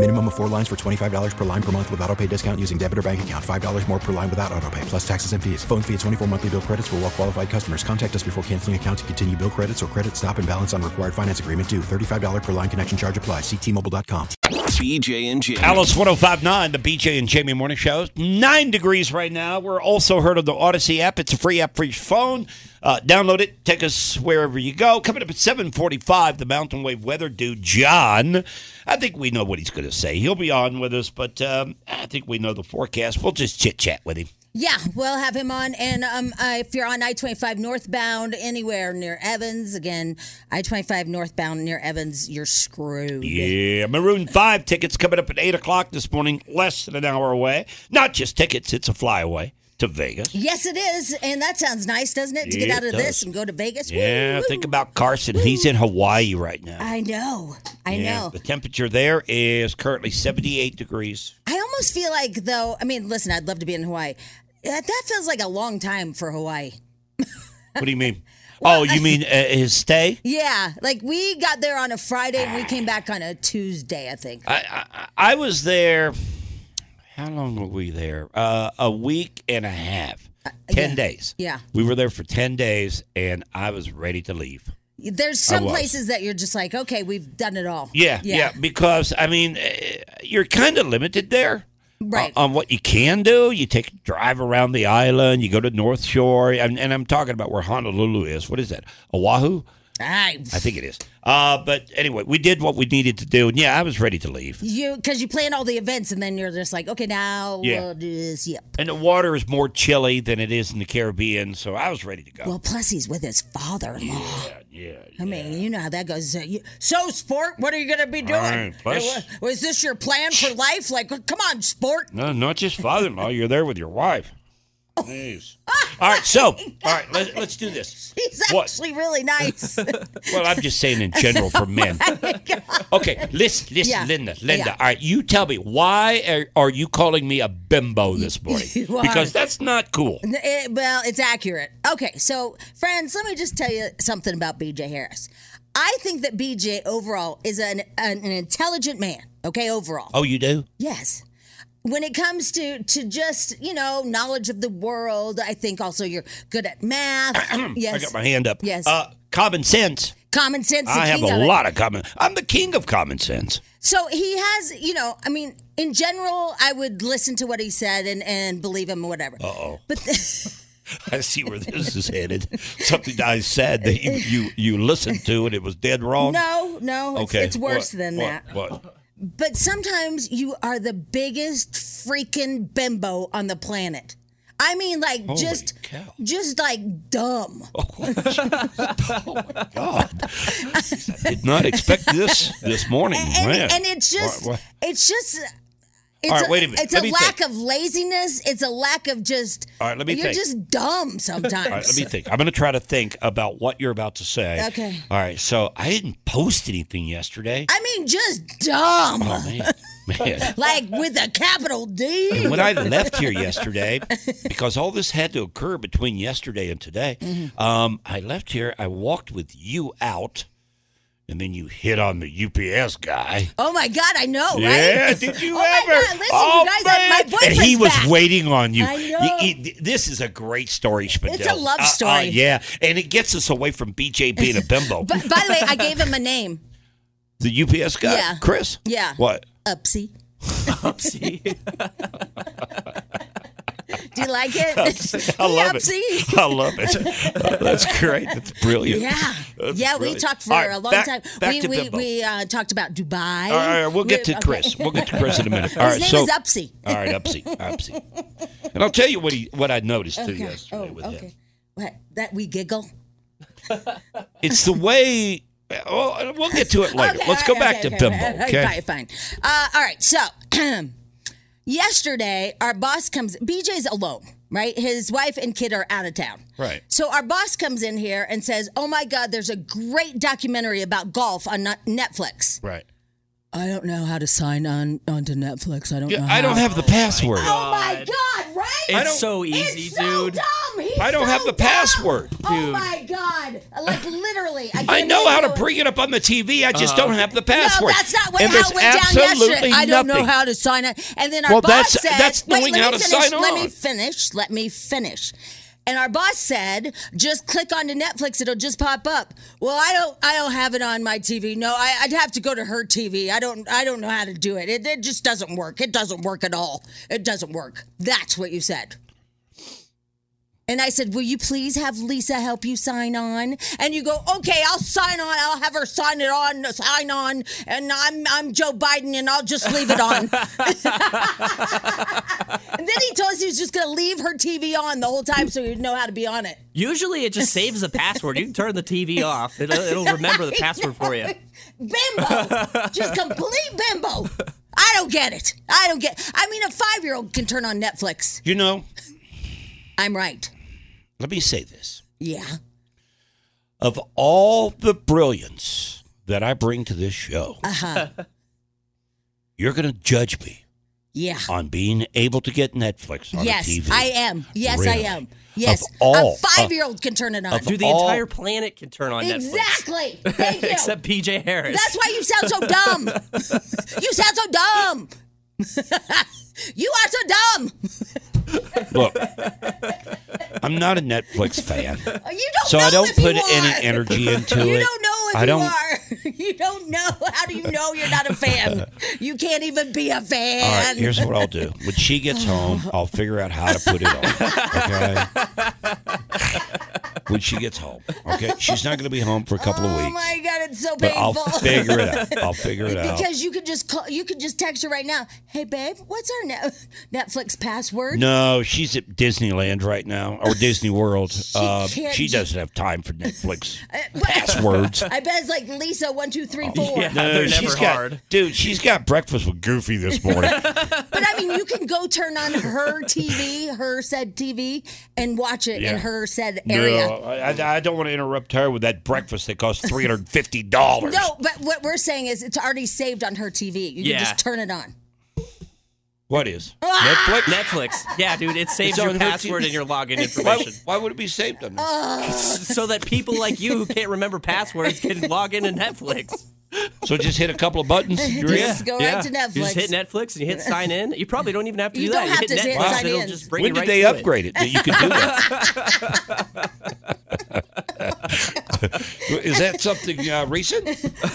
Minimum of four lines for $25 per line per month with auto pay discount using debit or bank account. $5 more per line without auto pay, plus taxes and fees. Phone fee at 24 monthly bill credits for all qualified customers. Contact us before canceling account to continue bill credits or credit stop and balance on required finance agreement due. $35 per line connection charge applies. Ctmobile.com.
BJ and Jamie.
Alice 1059, the BJ and Jamie Morning Show. Nine degrees right now. We're also heard on the Odyssey app. It's a free app for your phone. Uh, download it. Take us wherever you go. Coming up at 745, the Mountain Wave weather dude, John. I think we know what he's going to say. He'll be on with us, but um, I think we know the forecast. We'll just chit-chat with him.
Yeah, we'll have him on. And um, uh, if you're on I 25 northbound anywhere near Evans, again, I 25 northbound near Evans, you're screwed.
Yeah, Maroon 5 tickets coming up at 8 o'clock this morning, less than an hour away. Not just tickets, it's a flyaway to Vegas.
Yes, it is. And that sounds nice, doesn't it? To get
Yeah,
out of
it
this
does.
and go to Vegas.
Yeah,
Woo!
think about Carson. He's in Hawaii right now.
I know. I
Yeah,
know.
The temperature there is currently 78 degrees.
I almost feel like, though, I mean, listen, I'd love to be in Hawaii. That, that feels like a long time for Hawaii.
What do you mean? oh, you mean uh, his stay?
Yeah, like we got there on a Friday and we came back on a Tuesday, I think.
I, I I was there. How long were we there? Uh, a week and a half. Ten days.
Uh, Yeah.
We were there for ten days, and I was ready to leave.
There's
I
some
was.
places that you're just like, okay, we've done it all.
Yeah, yeah. because I mean, eh, you're kind of limited there.
Right.
On what you can do, you take a drive around the island, you go to North Shore, and, and I'm talking about where Honolulu is. What is that? Oahu?
I,
I think it is. Uh, but anyway, we did what we needed to do, and yeah, I was ready to leave.
You because you plan all the events and then you're just like, okay, now
Yeah.
we'll do this. Yep.
And the water is more chilly than it is in the Caribbean, so I was ready to go.
Well, plus he's with his father-in-law.
yeah.
I mean, you know how that goes. So, you- so, sport, what are you going to be doing?
Right, plus-
Uh, wa- Was this your plan for life? Like, "Oh, come on, sport.
No, not just father-in-law. You're there with your wife. Jeez. All right, so all right, let, let's do this.
He's
What?
actually really nice.
Well, I'm just saying in general for men. Okay, listen, listen,
Yeah.
Linda, Linda.
Yeah.
All right, you tell me why are, are you calling me a bimbo this morning?
You are.
because that's not cool.
N- eh, well, it's accurate. Okay, so friends, let me just tell you something about BJ Harris. I think that BJ overall is an an, an intelligent man. Okay, overall.
Oh, you do?
Yes. When it comes to to just you know knowledge of the world, I think also you're good at math. yes.
I got my hand up.
Yes.
Uh, common sense.
common sense. the
I have
king
a
of it.
lot of common. I'm the king of common sense.
So he has, you know, I mean, in general, I would listen to what he said and and believe him, or whatever. Uh
oh.
But
I see where this is headed. Something I said that you, you you listened to and it was dead wrong.
no, no, it's,
Okay.
it's worse
what,
than
what,
that.
What?
But sometimes you are the biggest freaking bimbo on the planet. I mean, like
Holy Oh,
just, just like dumb.
Did not expect this this morning.
and,
Man.
and it's just,
What- what?
it's just. It's
All right,
a,
wait a minute.
It's
Let
a
me
lack of laziness. It's a lack of just.
All right, let me
You're
think.
just dumb sometimes.
All right, let me think. I'm going to try to think about what you're about to say.
Okay.
All right. So I didn't post anything yesterday.
I mean, just dumb.
oh man, man.
like with a capital D.
And when I left here yesterday, because all this had to occur between yesterday and today,
Mhm.
um, I left here. I walked with you out, and then you hit on the UPS guy.
Oh my God, I know, right?
Yeah, did you
oh my
ever?
God, listen,
Oh,
you guys, I- my boyfriend's
and he was
back.
waiting on you.
I
You-
know.
you- this is a great story, Spadil.
It's a love
Uh, uh,
story.
yeah, and it gets us away from BJ being a bimbo.
But by the way, I gave him a name.
the UPS guy,
Yeah.
Chris.
Yeah.
What?
Upsy. Upsy. Do you like it?
I love
Upsy.
it. I love it. That's great. That's brilliant.
Yeah,
That's
yeah. We
brilliant.
talked for
All right,
a long
back-
time.
back
we
to
we,
bimbo.
we uh, talked about Dubai.
All right, all right, we'll get
We-
to Chris.
okay.
We'll get to Chris in a minute.
His
All right,
name
so,
is Upsy.
All right, Upsy, Upsy. And I'll tell you what he, what I noticed too
Okay.
yesterday
Oh,
with him.
okay. What? That we giggle.
It's the way. Oh, we'll get to it later.
Okay,
Let's
all right,
go back
okay,
to
okay,
Bimbo.
all right,
Okay.
Fine, fine. Uh, all right. So yesterday, our boss comes. BJ's alone, right? His wife and kid are out of town.
Right.
So our boss comes in here and says, "Oh my God, there's a great documentary about golf on Nut- Netflix."
Right.
I don't know how to sign on onto Netflix. I don't know.
I don't have the password.
Oh my God! Right?
I don't-
It's so dumb. He's
I don't
so
have the
dumb.
password, dude.
Oh my God! Like literally, I,
I
couldn't
know how
even
to
do it.
bring it up on the TV. I just
Uh,
don't have the password.
No, that's not what,
And
how
there's
it went down
absolutely
yesterday. I don't know
nothing.
how to sign up. And then our
Well,
boss
that's-
said,
that's
"Wait,
knowing
let
how
me
to
finish,
sign
Let me
on."
finish. Let me finish." And our boss said, "Just click onto Netflix; it'll just pop up." Well, I don't, I don't have it on my TV. No, I, I'd have to go to her TV. I don't, I don't know how to do it. it. It just doesn't work. It doesn't work at all. It doesn't work. That's what you said. And I said, Will you please have Lisa help you sign on? And you go, Okay, I'll sign on. I'll have her sign it on, sign on. And I'm, I'm Joe Biden and I'll just leave it on. and then he told us he was just going to leave her TV on the whole time so he would know how to be on it.
Usually it just saves a password. You can turn the TV off. It'll, it'll remember the password for you.
Bimbo, just complete bimbo. I don't get it. I don't get I mean, a five year old can turn on Netflix.
You know,
I'm right.
let me say this.
Yeah.
Of all the brilliance that I bring to this show,
Uh huh.
you're going to judge me
Yeah.
on being able to get Netflix on
yes,
a TV.
I am. Yes,
Really?
I am. Yes.
all-
a five year old can turn it on.
Dude, the entire planet can turn on
Exactly.
Netflix. Exactly. Except PJ Harris.
That's why you sound so dumb. you sound so dumb. you are so dumb.
Look, I'm not a Netflix fan.
You don't
so
know
I don't
if you
put
are.
any energy into
you
it.
don't know if
I don't.
you are. You don't know. How do you know you're not a fan? you can't even be a fan.
All right, here's what I'll do. When she gets home, I'll figure out how to put it on. Okay. when she gets home, okay. She's not going to be home for a couple of
Oh
weeks,
my god, it's so
but I'll
painful.
figure it out. I'll figure it out.
Because you could just call, you could just text her right now. Hey babe, what's our net- Netflix password?
No, she's at Disneyland right now or Disney World. She, uh,
can't
she
ju-
doesn't have time for Netflix.
Uh, but-
Passwords.
I bet it's like Lisa one two three
Oh,
four.
no, she's got, dude. She's got breakfast with Goofy this morning.
But I mean, you can go turn on her TV, her said TV, and watch it
Yeah.
in her said area.
no, I, I- I don't want to interrupt her with that breakfast that costs three hundred fifty dollars.
No, but what we're saying is it's already saved on her TV. You
Yeah.
can just turn it on.
What is
Netflix? Netflix. Yeah, dude, it saves
It's
your
on her
password
TV.
and your login information.
Why, would it be saved on
Uh.
so that people like you who can't remember passwords can log into Netflix.
So just hit a couple of buttons.
you're Just in. go right to
You just
Netflix.
hit Netflix and you hit sign in. You probably don't even have to
You
do
don't
that.
have
you hit
to hit
Netflix
sign
and it'll
in.
just bring
when
you
did
right
they
to
upgrade it. that you could do that? Is that something uh, recent?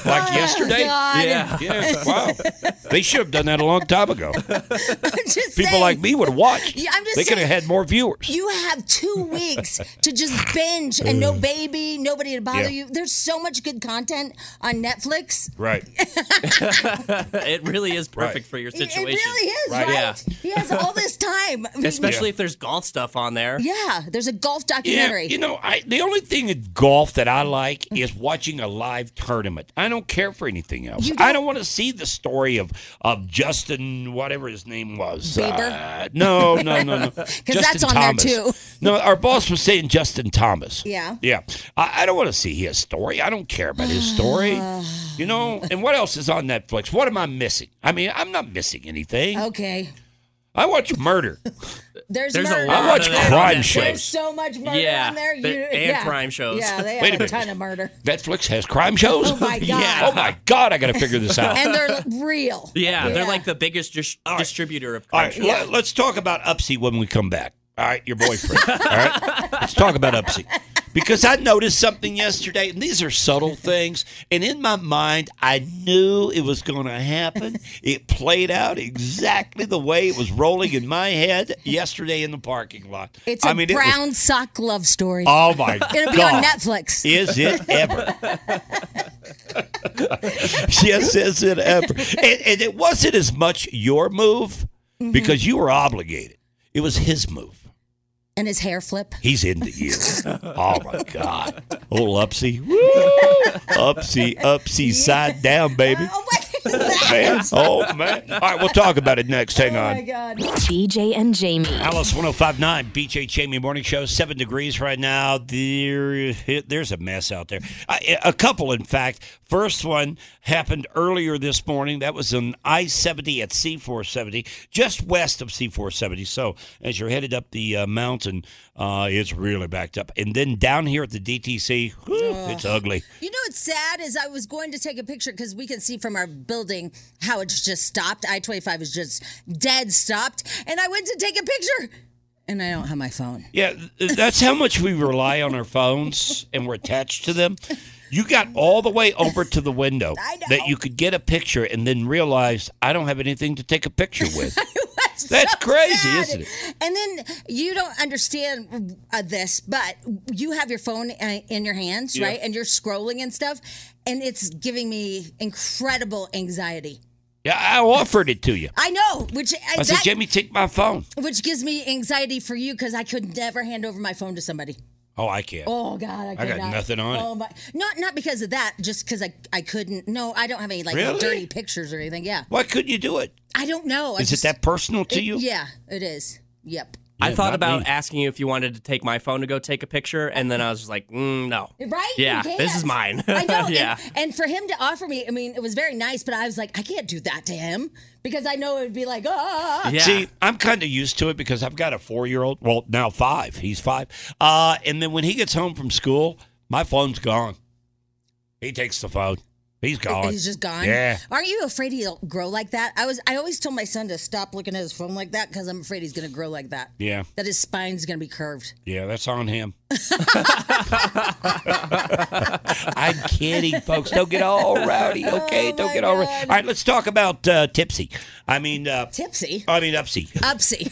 Like
Oh,
yesterday?
God.
Yeah. Yeah. Wow. They should have done that a long time ago.
I'm just
People
saying.
like me would have watched.
Yeah, I'm just
they could have
saying.
had more viewers.
You have two weeks to just binge and no baby, nobody to bother
Yeah.
you. There's so much good content on Netflix.
Right.
it really is perfect for your
It
situation.
really is, right?
Yeah.
He has all this time. I mean,
Especially if there's golf stuff on there.
Yeah, there's a golf
Yeah,
documentary. Mm.
you know, I, the only thing in golf that I like is watching a live tournament. I don't care for anything else.
You
I don't want to see the story of of Justin, whatever his name was.
Bieber?
Uh, no, no, no, no.
'Cause
Justin
that's on there,
Thomas.
too.
No, our boss was saying Justin Thomas.
Yeah.
Yeah, I, I don't want to see his story. I don't care about his story. you know, and what else is on Netflix? What am I missing? I mean, I'm not missing anything.
Okay.
I watch murder.
There's,
There's a
murder.
lot I watch of that on crime Netflix. shows.
There's so much murder
Yeah,
on there. You,
there- and
yeah.
crime shows.
Yeah, they
Wait a
have a,
minute.
ton of murder.
Netflix has crime shows.
Oh, my God.
Oh my god! I got to figure this out.
and they're like, real.
Yeah, they're
Yeah.
like the biggest dis- distributor of
All
crime.
right, let, us talk about Upsy when we come back. All right, your boyfriend. All right, let's talk about Upsy because I noticed something yesterday, and these are subtle things. And in my mind, I knew it was going to happen. It played out exactly the way it was rolling in my head yesterday in the parking lot.
It's a
I mean, it was-
brown sock love story.
Oh my
It'll be on
God.
Netflix.
Is it ever? yes, is it ever? And, and it wasn't as much your move because you were obligated. It was his move.
And his hair flip.
He's in the year. oh my God, old Upsy, Woo! Upsy, Upsy, side down, baby.
Oh,
man. Oh man. All right, we'll talk about it next.
Oh,
Hang on.
God.
BJ and Jamie.
Alice 1059, BJ Jamie Morning Show, 7 degrees right now. There, there's a mess out there. A, a couple, in fact. First one happened earlier this morning. That was on I 70 at C 470, just west of C 470. So as you're headed up the uh, mountain, uh, it's really backed up. And then down here at the DTC, whew, it's ugly.
You know what's sad is I was going to take a picture because we can see from our building how it's just stopped. I 25 is just dead stopped. And I went to take a picture and I don't have my phone.
Yeah, th- that's how much we rely on our phones and we're attached to them. You got all the way over to the window that you could get a picture and then realize I don't have anything to take a picture with.
It's
That's
so
crazy,
sad.
isn't it?
And then you don't understand uh, this, but you have your phone uh, in your hands,
Yeah.
right? And you're scrolling and stuff, and it's giving me incredible anxiety.
Yeah, I offered it to you.
I know, which uh,
I said, Jamie, take my phone.
which gives me anxiety for you because I could never hand over my phone to somebody.
Oh, I can't.
Oh God, I, could
got
not.
nothing on
Oh
it.
my, not not because of that, just because I I couldn't. No, I don't have any like
Really?
dirty pictures or anything. Yeah,
Why couldn't you do it?
I don't know. I
Is it
just-
that personal to
it-
you?
Yeah, it is. Yep.
I thought
not
about
me.
asking you if you wanted to take my phone to go take a picture, and then I was just like, mm, no.
Right? You
Yeah, this is
can't.
mine.
I know. and-
yeah.
and, for him to offer me, I mean, it was very nice, but I was like, I can't do that to him because I know it would be like, ah.
See, I'm kind of used to it because I've got a four year old. Well, now five. He's five. Uh, and then when he gets home from school, my phone's gone. He takes the phone. He's gone.
He's just gone.
Yeah.
Aren't you afraid he'll grow like that? I was. I always told my son to stop looking at his phone like that because I'm afraid he's going to grow like that.
Yeah.
That his spine's going to be curved.
Yeah, that's on him. I'm kidding, folks. Don't get all rowdy,
Oh
okay? Don't get all rowdy. All right, let's talk about uh, Tipsy. I mean, uh,
Tipsy.
I mean, Upsy.
Upsy.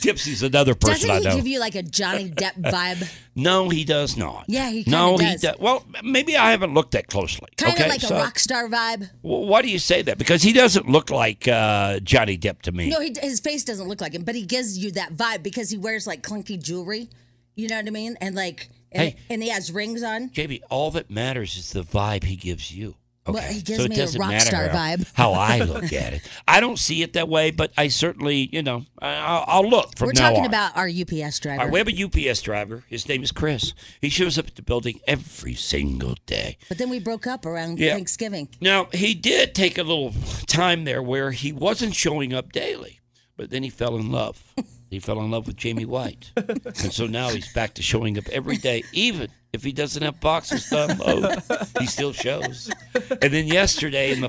Tipsy's another person
Doesn't he
I know.
give you like a Johnny Depp vibe?
no, he does not.
Yeah, he
no,
kinda
he
does.
does. Well, maybe I haven't looked that closely.
Kind of
okay,
like
so
a rock star vibe.
w- why do you say that? Because he doesn't look like uh, Johnny Depp to me.
No, he, his face doesn't look like him, but he gives you that vibe because he wears like clunky jewelry. You know what I mean? And like, and,
Hey.
and he has rings on.
JB, all that matters is the vibe he gives you.
Well,
Okay.
he gives
so it
me a
doesn't
rock
matter
star
how,
vibe.
how I look at it. I don't see it that way, but I certainly, you know, I- I'll, I'll look from
We're
now
talking
on.
about our UPS
All
driver.
right, we have a UPS driver. His name is Chris. He shows up at the building every single day.
but then we broke up around
Yeah.
Thanksgiving.
Now, he did take a little time there where he wasn't showing up daily, but then he fell in love. he fell in love with Jamie White. and so now he's back to showing up every day, even if he doesn't have boxes to unload, he still shows. And then yesterday in the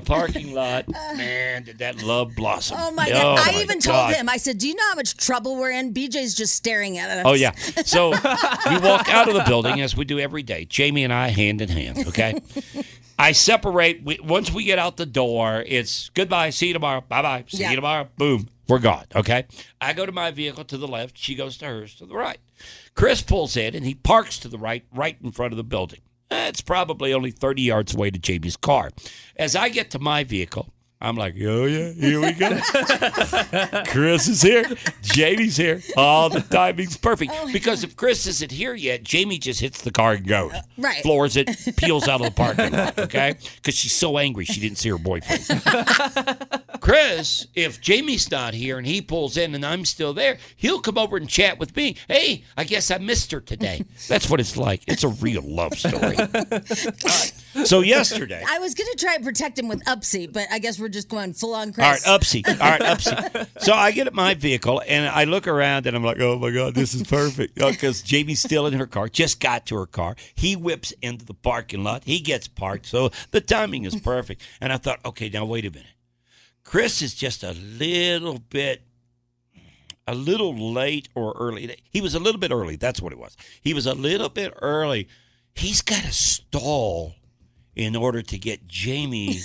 parking lot, man, did that love blossom.
Oh my god! I
my
even
God.
told him. I said, "Do you know how much trouble we're in?" BJ's just staring at us.
Oh yeah. So we walk out of the building as we do every day. Jamie and I hand in hand. Okay. I separate. We, once we get out the door, it's goodbye. See you tomorrow. Bye bye. See
Yeah.
you tomorrow. Boom. We're gone. Okay. I go to my vehicle to the left. She goes to hers to the right. Chris pulls in and he parks to the right, right in front of the building. Eh, It's probably only 30 yards away to Jamie's car. As I get to my vehicle, I'm like, oh, yeah, here we go. Chris is here. Jamie's here. All the timing's perfect. because if Chris isn't here yet, Jamie just hits the car and goes.
right.
Floors it, peels out of the parking lot, okay? Because she's so angry she didn't see her boyfriend. Chris, if Jamie's not here and he pulls in and I'm still there, he'll come over and chat with me. Hey, I guess I missed her today. That's what it's like. It's a real love story. All right. So yesterday.
I was gonna try and protect him with Upsy, but I guess we're just going full on Chris.
All right, upsy. All right, upsy. so I get at my vehicle and I look around and I'm like, oh my God, this is perfect. Oh, Because Jamie's still in her car, just got to her car. He whips into the parking lot. He gets parked. So the timing is perfect. And I thought, okay, now wait a minute. Chris is just a little bit a little late or early. He was a little bit early. That's what it was. He was a little bit early. He's got to stall in order to get Jamie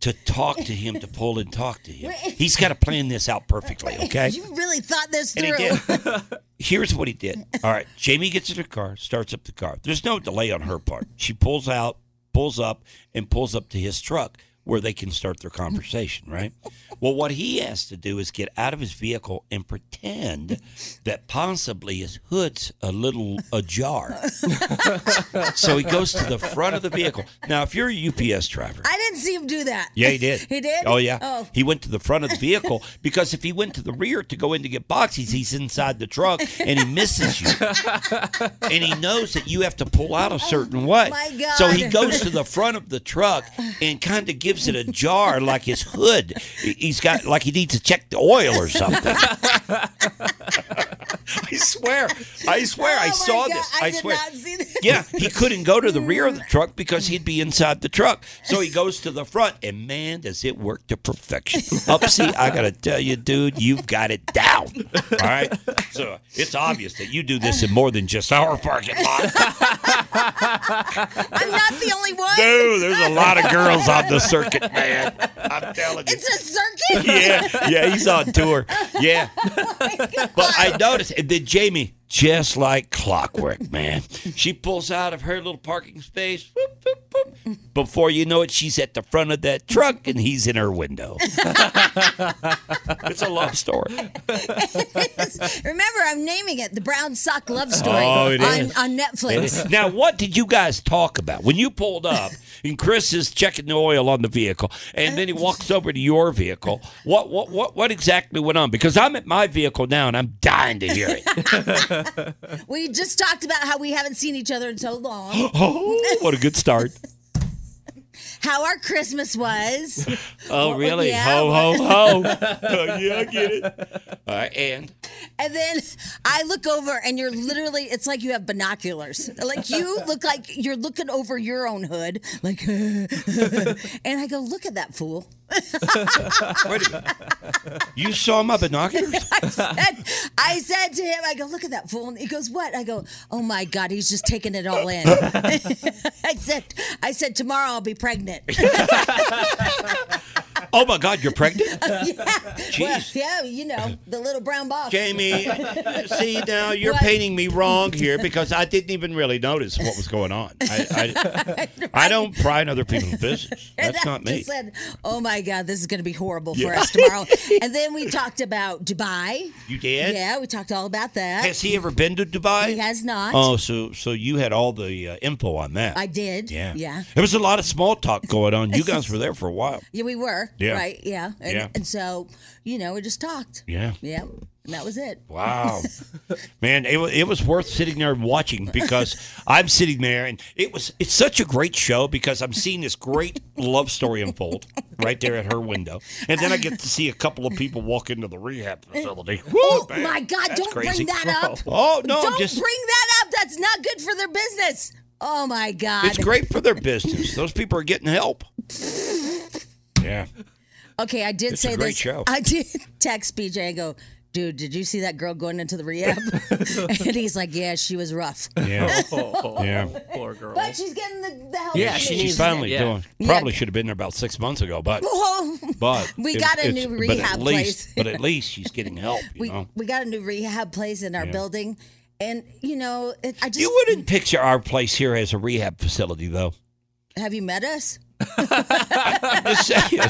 to talk to him, to pull and talk to him.
Wait.
He's got to plan this out perfectly, okay?
You really thought this
And he
through.
Here's what he did. All right, Jamie gets in her car, starts up the car. There's no delay on her part. She pulls out, pulls up, and pulls up to his truck where they can start their conversation, right? Well, what he has to do is get out of his vehicle and pretend that possibly his hood's a little ajar. so he goes to the front of the vehicle. Now, if you're a UPS driver,
I didn't see him do that.
yeah, he did.
He did.
Oh, yeah.
Oh.
He went to the front of the vehicle because if he went to the rear to go in to get boxes, he's inside the truck and he misses you. and he knows that you have to pull out a certain way.
Oh my God.
So he goes to the front of the truck and kind of gives it a jar like his hood. He's got, like he needs to check the oil or something. I swear. I swear.
Oh,
I
my
saw
God.
this.
I
I,
Oh
did
swear.
not see this.
Yeah, he couldn't go to the rear of the truck because he'd be inside the truck. So he goes to the front, and man, does it work to perfection. Upsy, I gotta tell you, dude, you've got it down. All right, so it's obvious that you do this in more than just our parking lot.
I'm not the only one.
Dude, there's a lot of girls on the circuit, man. I'm telling you.
It's a circuit.
Yeah, yeah, he's on tour. Yeah, but I noticed that Jamie, just like clockwork, man, she pulls out of her little parking space. Whoop, whoop, whoop. Before you know it, she's at the front of that truck and he's in her window. it's a love story.
Remember, I'm naming it the Brown Sock Love Story
Oh, it
on,
is.
on
It
Netflix.
is. Now, what did you guys talk about when you pulled up? And Chris is checking the oil on the vehicle, and then he walks over to your vehicle. What what what what exactly went on? Because I'm at my vehicle now, and I'm dying to hear it.
We just talked about how we haven't seen each other in so long.
oh, what a good start!
How our Christmas was.
Oh,
What-
really?
yeah.
Ho ho ho! Oh, yeah, I get it. All right, and
And then I look over, and you're literally, it's like you have binoculars. Like you look like you're looking over your own hood, like, and I go, look at that fool.
Wait a minute. you saw my binoculars?
And I said to him, I go, look at that fool. And he goes, what? I go, oh my God, he's just taking it all in. I said, I said, tomorrow I'll be pregnant.
Oh my God, you're pregnant,
Well,
Jeez.
yeah, you know, the little brown box.
Jamie. See now, you're
What?
painting me wrong here because I didn't even really notice what was going on. I, I, I don't pry in other people's business.
And
That's
I
not me.
just said, oh my God, this is going to be horrible for
Yeah.
us tomorrow. and then we talked about Dubai.
You did?
Yeah, we talked all about that.
Has he ever been to Dubai?
He has not.
Oh, so so you had all the uh, info on that.
I did.
Yeah.
Yeah.
There was a lot of small talk going on. You guys were there for a while.
Yeah, we were.
Yeah.
Right. Yeah. And,
Yeah.
and so, you know, we just talked.
Yeah.
Yeah. And that was it.
Wow, man, it, wa- it was worth sitting there and watching because I'm sitting there and it was it's such a great show because I'm seeing this great love story unfold right there at her window, and then I get to see a couple of people walk into the rehab facility. Woo,
oh
man,
my God!
that's
Don't
crazy.
bring that up.
Oh no,
Don't
I'm just
bring that up. That's not good for their business. Oh my God.
it's great for their business. Those people are getting help. Yeah.
Okay, I did
It's a
say
great
this.
show.
I did text BJ and go, dude, did you see that girl going into the rehab? and he's like, yeah, she was rough.
Yeah. yeah.
Poor girl.
But she's getting the, the help.
Yeah,
she
she,
needs.
she's finally
Yeah.
doing.
Yeah.
Probably should have been there about six months ago, but
Oh,
but
We
it's-
got a
it's-
new
but at
rehab
least-
place.
But at least she's getting help. You
we,
know,
we got a new rehab place in our
Oh. Yeah.
building. And, you know, it, I just.
you wouldn't picture our place here as a rehab facility, though.
Have you met us?
I'm just saying.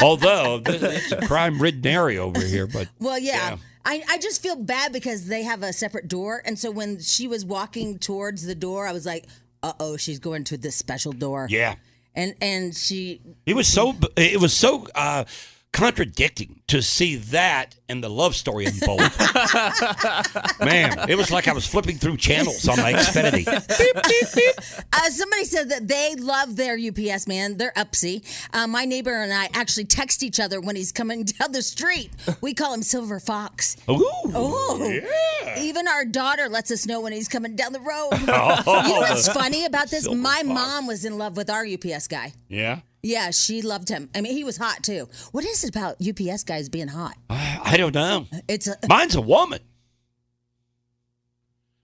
Although this- it's a crime-ridden area over here, but
Well, yeah. I, I just feel bad because they have a separate door. And so when she was walking towards the door, I was like, uh oh, she's going to this special door.
yeah,
And and she
it was so it was so uh, contradicting to see that and the love story unfold. Man, it was like I was flipping through channels on my Xfinity.
Uh, somebody said that they love their UPS man. They're upsy. Uh, my neighbor and I actually text each other when he's coming down the street. We call him Silver Fox.
Ooh,
Oh, even our daughter lets us know when he's coming down the road. you know what's funny about this?
Oh. Silver
my
Fox.
mom was in love with our UPS guy.
yeah.
Yeah, she loved him. I mean, he was hot too. What is it about UPS guys being hot?
I don't know.
It's a,
Mine's a woman.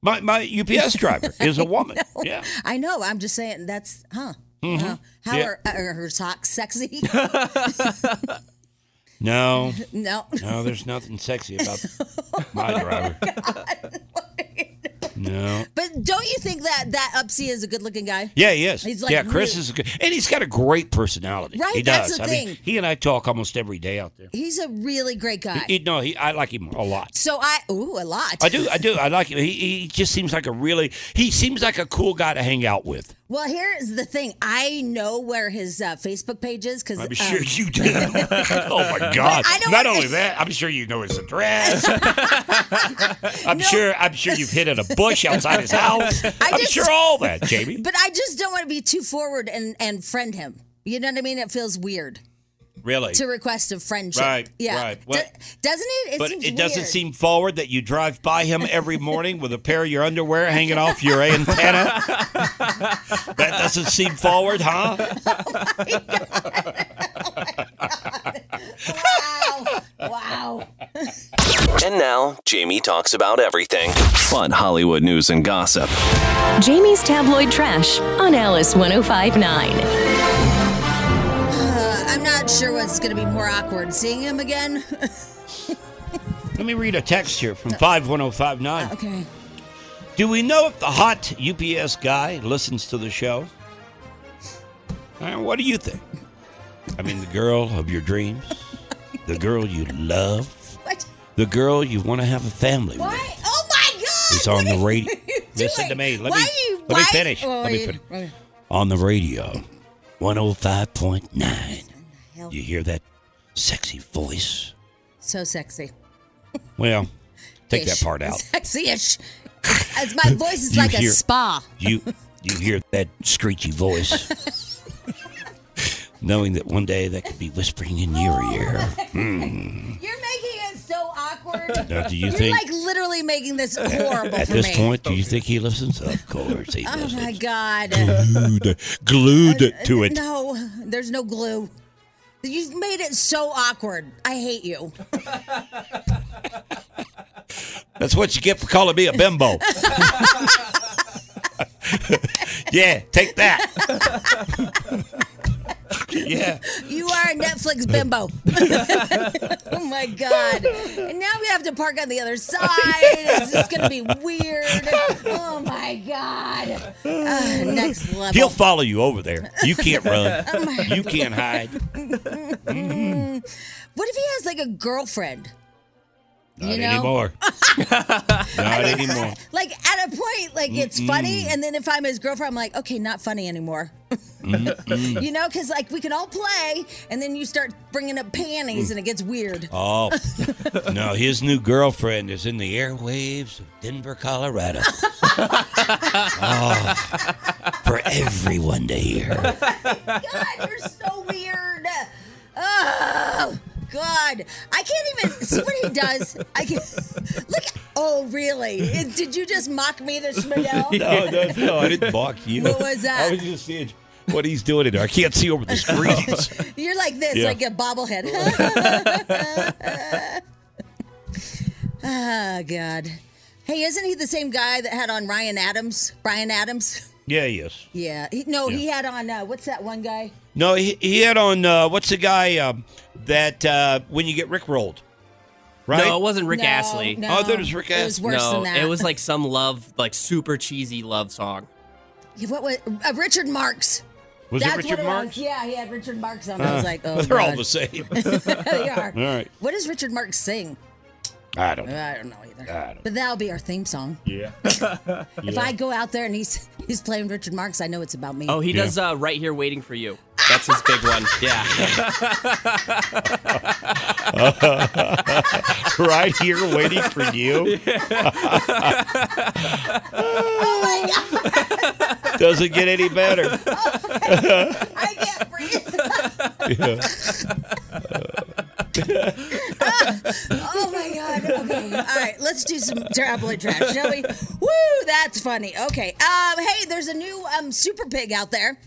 My my UPS driver is a woman. Yeah.
I know. I'm just saying that's huh.
Mhm.
Uh, how
Yeah.
are, are her socks sexy?
No.
no.
No, there's nothing sexy about
Oh
my driver. No.
But don't you think that that Upsy is a good-looking guy?
Yeah, he is.
He's like
yeah, Chris
really-
is a good, and he's got a great personality.
Right,
he
that's
does.
the
I mean,
thing.
he and I talk almost every day out there.
He's a really great guy.
He, he- no, he, I like him a lot.
so I ooh a lot.
I do, I do, I like him. He, he just seems like a really, he seems like a cool guy to hang out with.
Well, here's the thing. I know where his uh, Facebook page is um, because
I'm sure you do. oh my God!
Uh, I don't
Not
want-
only that, I'm sure you know his address. I'm sure. I'm sure you've hit at a bush outside his house. I'm
just-
sure all that, Jamie.
But I just don't want to be too forward and and friend him. You know what I mean? It feels weird.
Really?
to request a friendship.
Right,
Yeah.
right.
Do-
What-
doesn't it? It
but
seems
it doesn't
weird.
seem forward that you drive by him every morning with a pair of your underwear hanging off your antenna. that doesn't seem forward, huh?
Wow.
And now, Jamie talks about everything but Hollywood news and gossip.
Jamie's Tabloid Trash on Alice 1059.
Uh, I'm not sure what's going to be more awkward, seeing him again.
Let me read a text here from 51059.
okay.
Do we know if the hot UPS guy listens to the show? Uh, what do you think? I mean, the girl of your dreams, the girl you love,
What?
the girl you want to have a family with.
Why? Oh my God!
It's on
What
the
are
radio.
you
Listen to
doing?
me. Let
Why
me
are you-
let
why-
me finish.
Oh,
let me
you-
finish.
okay.
On the radio, one hundred five point nine. You hear that sexy voice?
So sexy.
Well, take
Ish.
that part out.
Sexy-ish. As my voice is
You
like
hear-
a spa.
You you hear that screechy voice, knowing that one day that could be whispering in your ear.
Oh,
Hmm.
You're making it so awkward.
Now, do you
You're
think-
like literally making this horrible
At
for
this
me.
point, do you think he listens? Of course he
Oh
does.
my God. Uh,
Glued, glued to it.
No, there's no glue. You made it so awkward. I hate you.
That's what you get for calling me a bimbo. yeah, take that. yeah.
You are a Netflix bimbo. oh my god! And now we have to park on the other side. It's just gonna be weird. Oh my god! Ah, next level.
He'll follow you over there. You can't run.
Oh my
you can't hide.
Mm. What if he has like a girlfriend?
Not
You know?
anymore. Not anymore.
Like at a point, like it's
Mm-mm.
funny, and then if I'm his girlfriend, I'm like, okay, not funny anymore.
Mm-mm.
You know, because like we can all play, and then you start bringing up panties, and it gets weird.
Oh no, his new girlfriend is in the airwaves of Denver, Colorado. oh, for everyone to hear.
God, you're so weird. Oh God, I can't even see what he does. I can look. Oh, really? It- Did you just mock me to Schmidel?
No, no, no, I didn't mock you.
What was that?
I was just seeing what he's doing in there. I can't see over the screens.
You're like this,
Yeah.
like a bobblehead. oh God. Hey, isn't he the same guy that had on Ryan Adams? Brian Adams?
yeah, he is.
Yeah. He, no, he had on uh, what's that one guy?
No, he, he had on uh, what's the guy um, that uh, when you get rickrolled, right?
No, it wasn't Rick Astley.
no. Oh, I thought it was Rick It was Astley. worse
no,
than that.
it was like some love, like super cheesy love song.
Yeah, What was uh, Richard Marks?
Was it Richard
what
Marx?
was. Yeah, he had Richard Marks on. I was like, oh,
Ah. they're all
God.
the same.
They are.
All right,
What does Richard Marks sing? Uh,
I don't. Know.
I don't know either.
I don't.
But that'll be our theme song.
Yeah.
If I go out there and he's he's playing Richard Marks, I know it's about me.
Oh, he does uh, right here waiting for you. That's his big one. Yeah.
right here waiting for you.
oh my god!
Doesn't get any better.
I can't breathe. oh my god. Okay. All right. Let's do some tabloid trash, shall we? Woo! That's funny. Okay. Um. Hey, there's a new um super pig out there.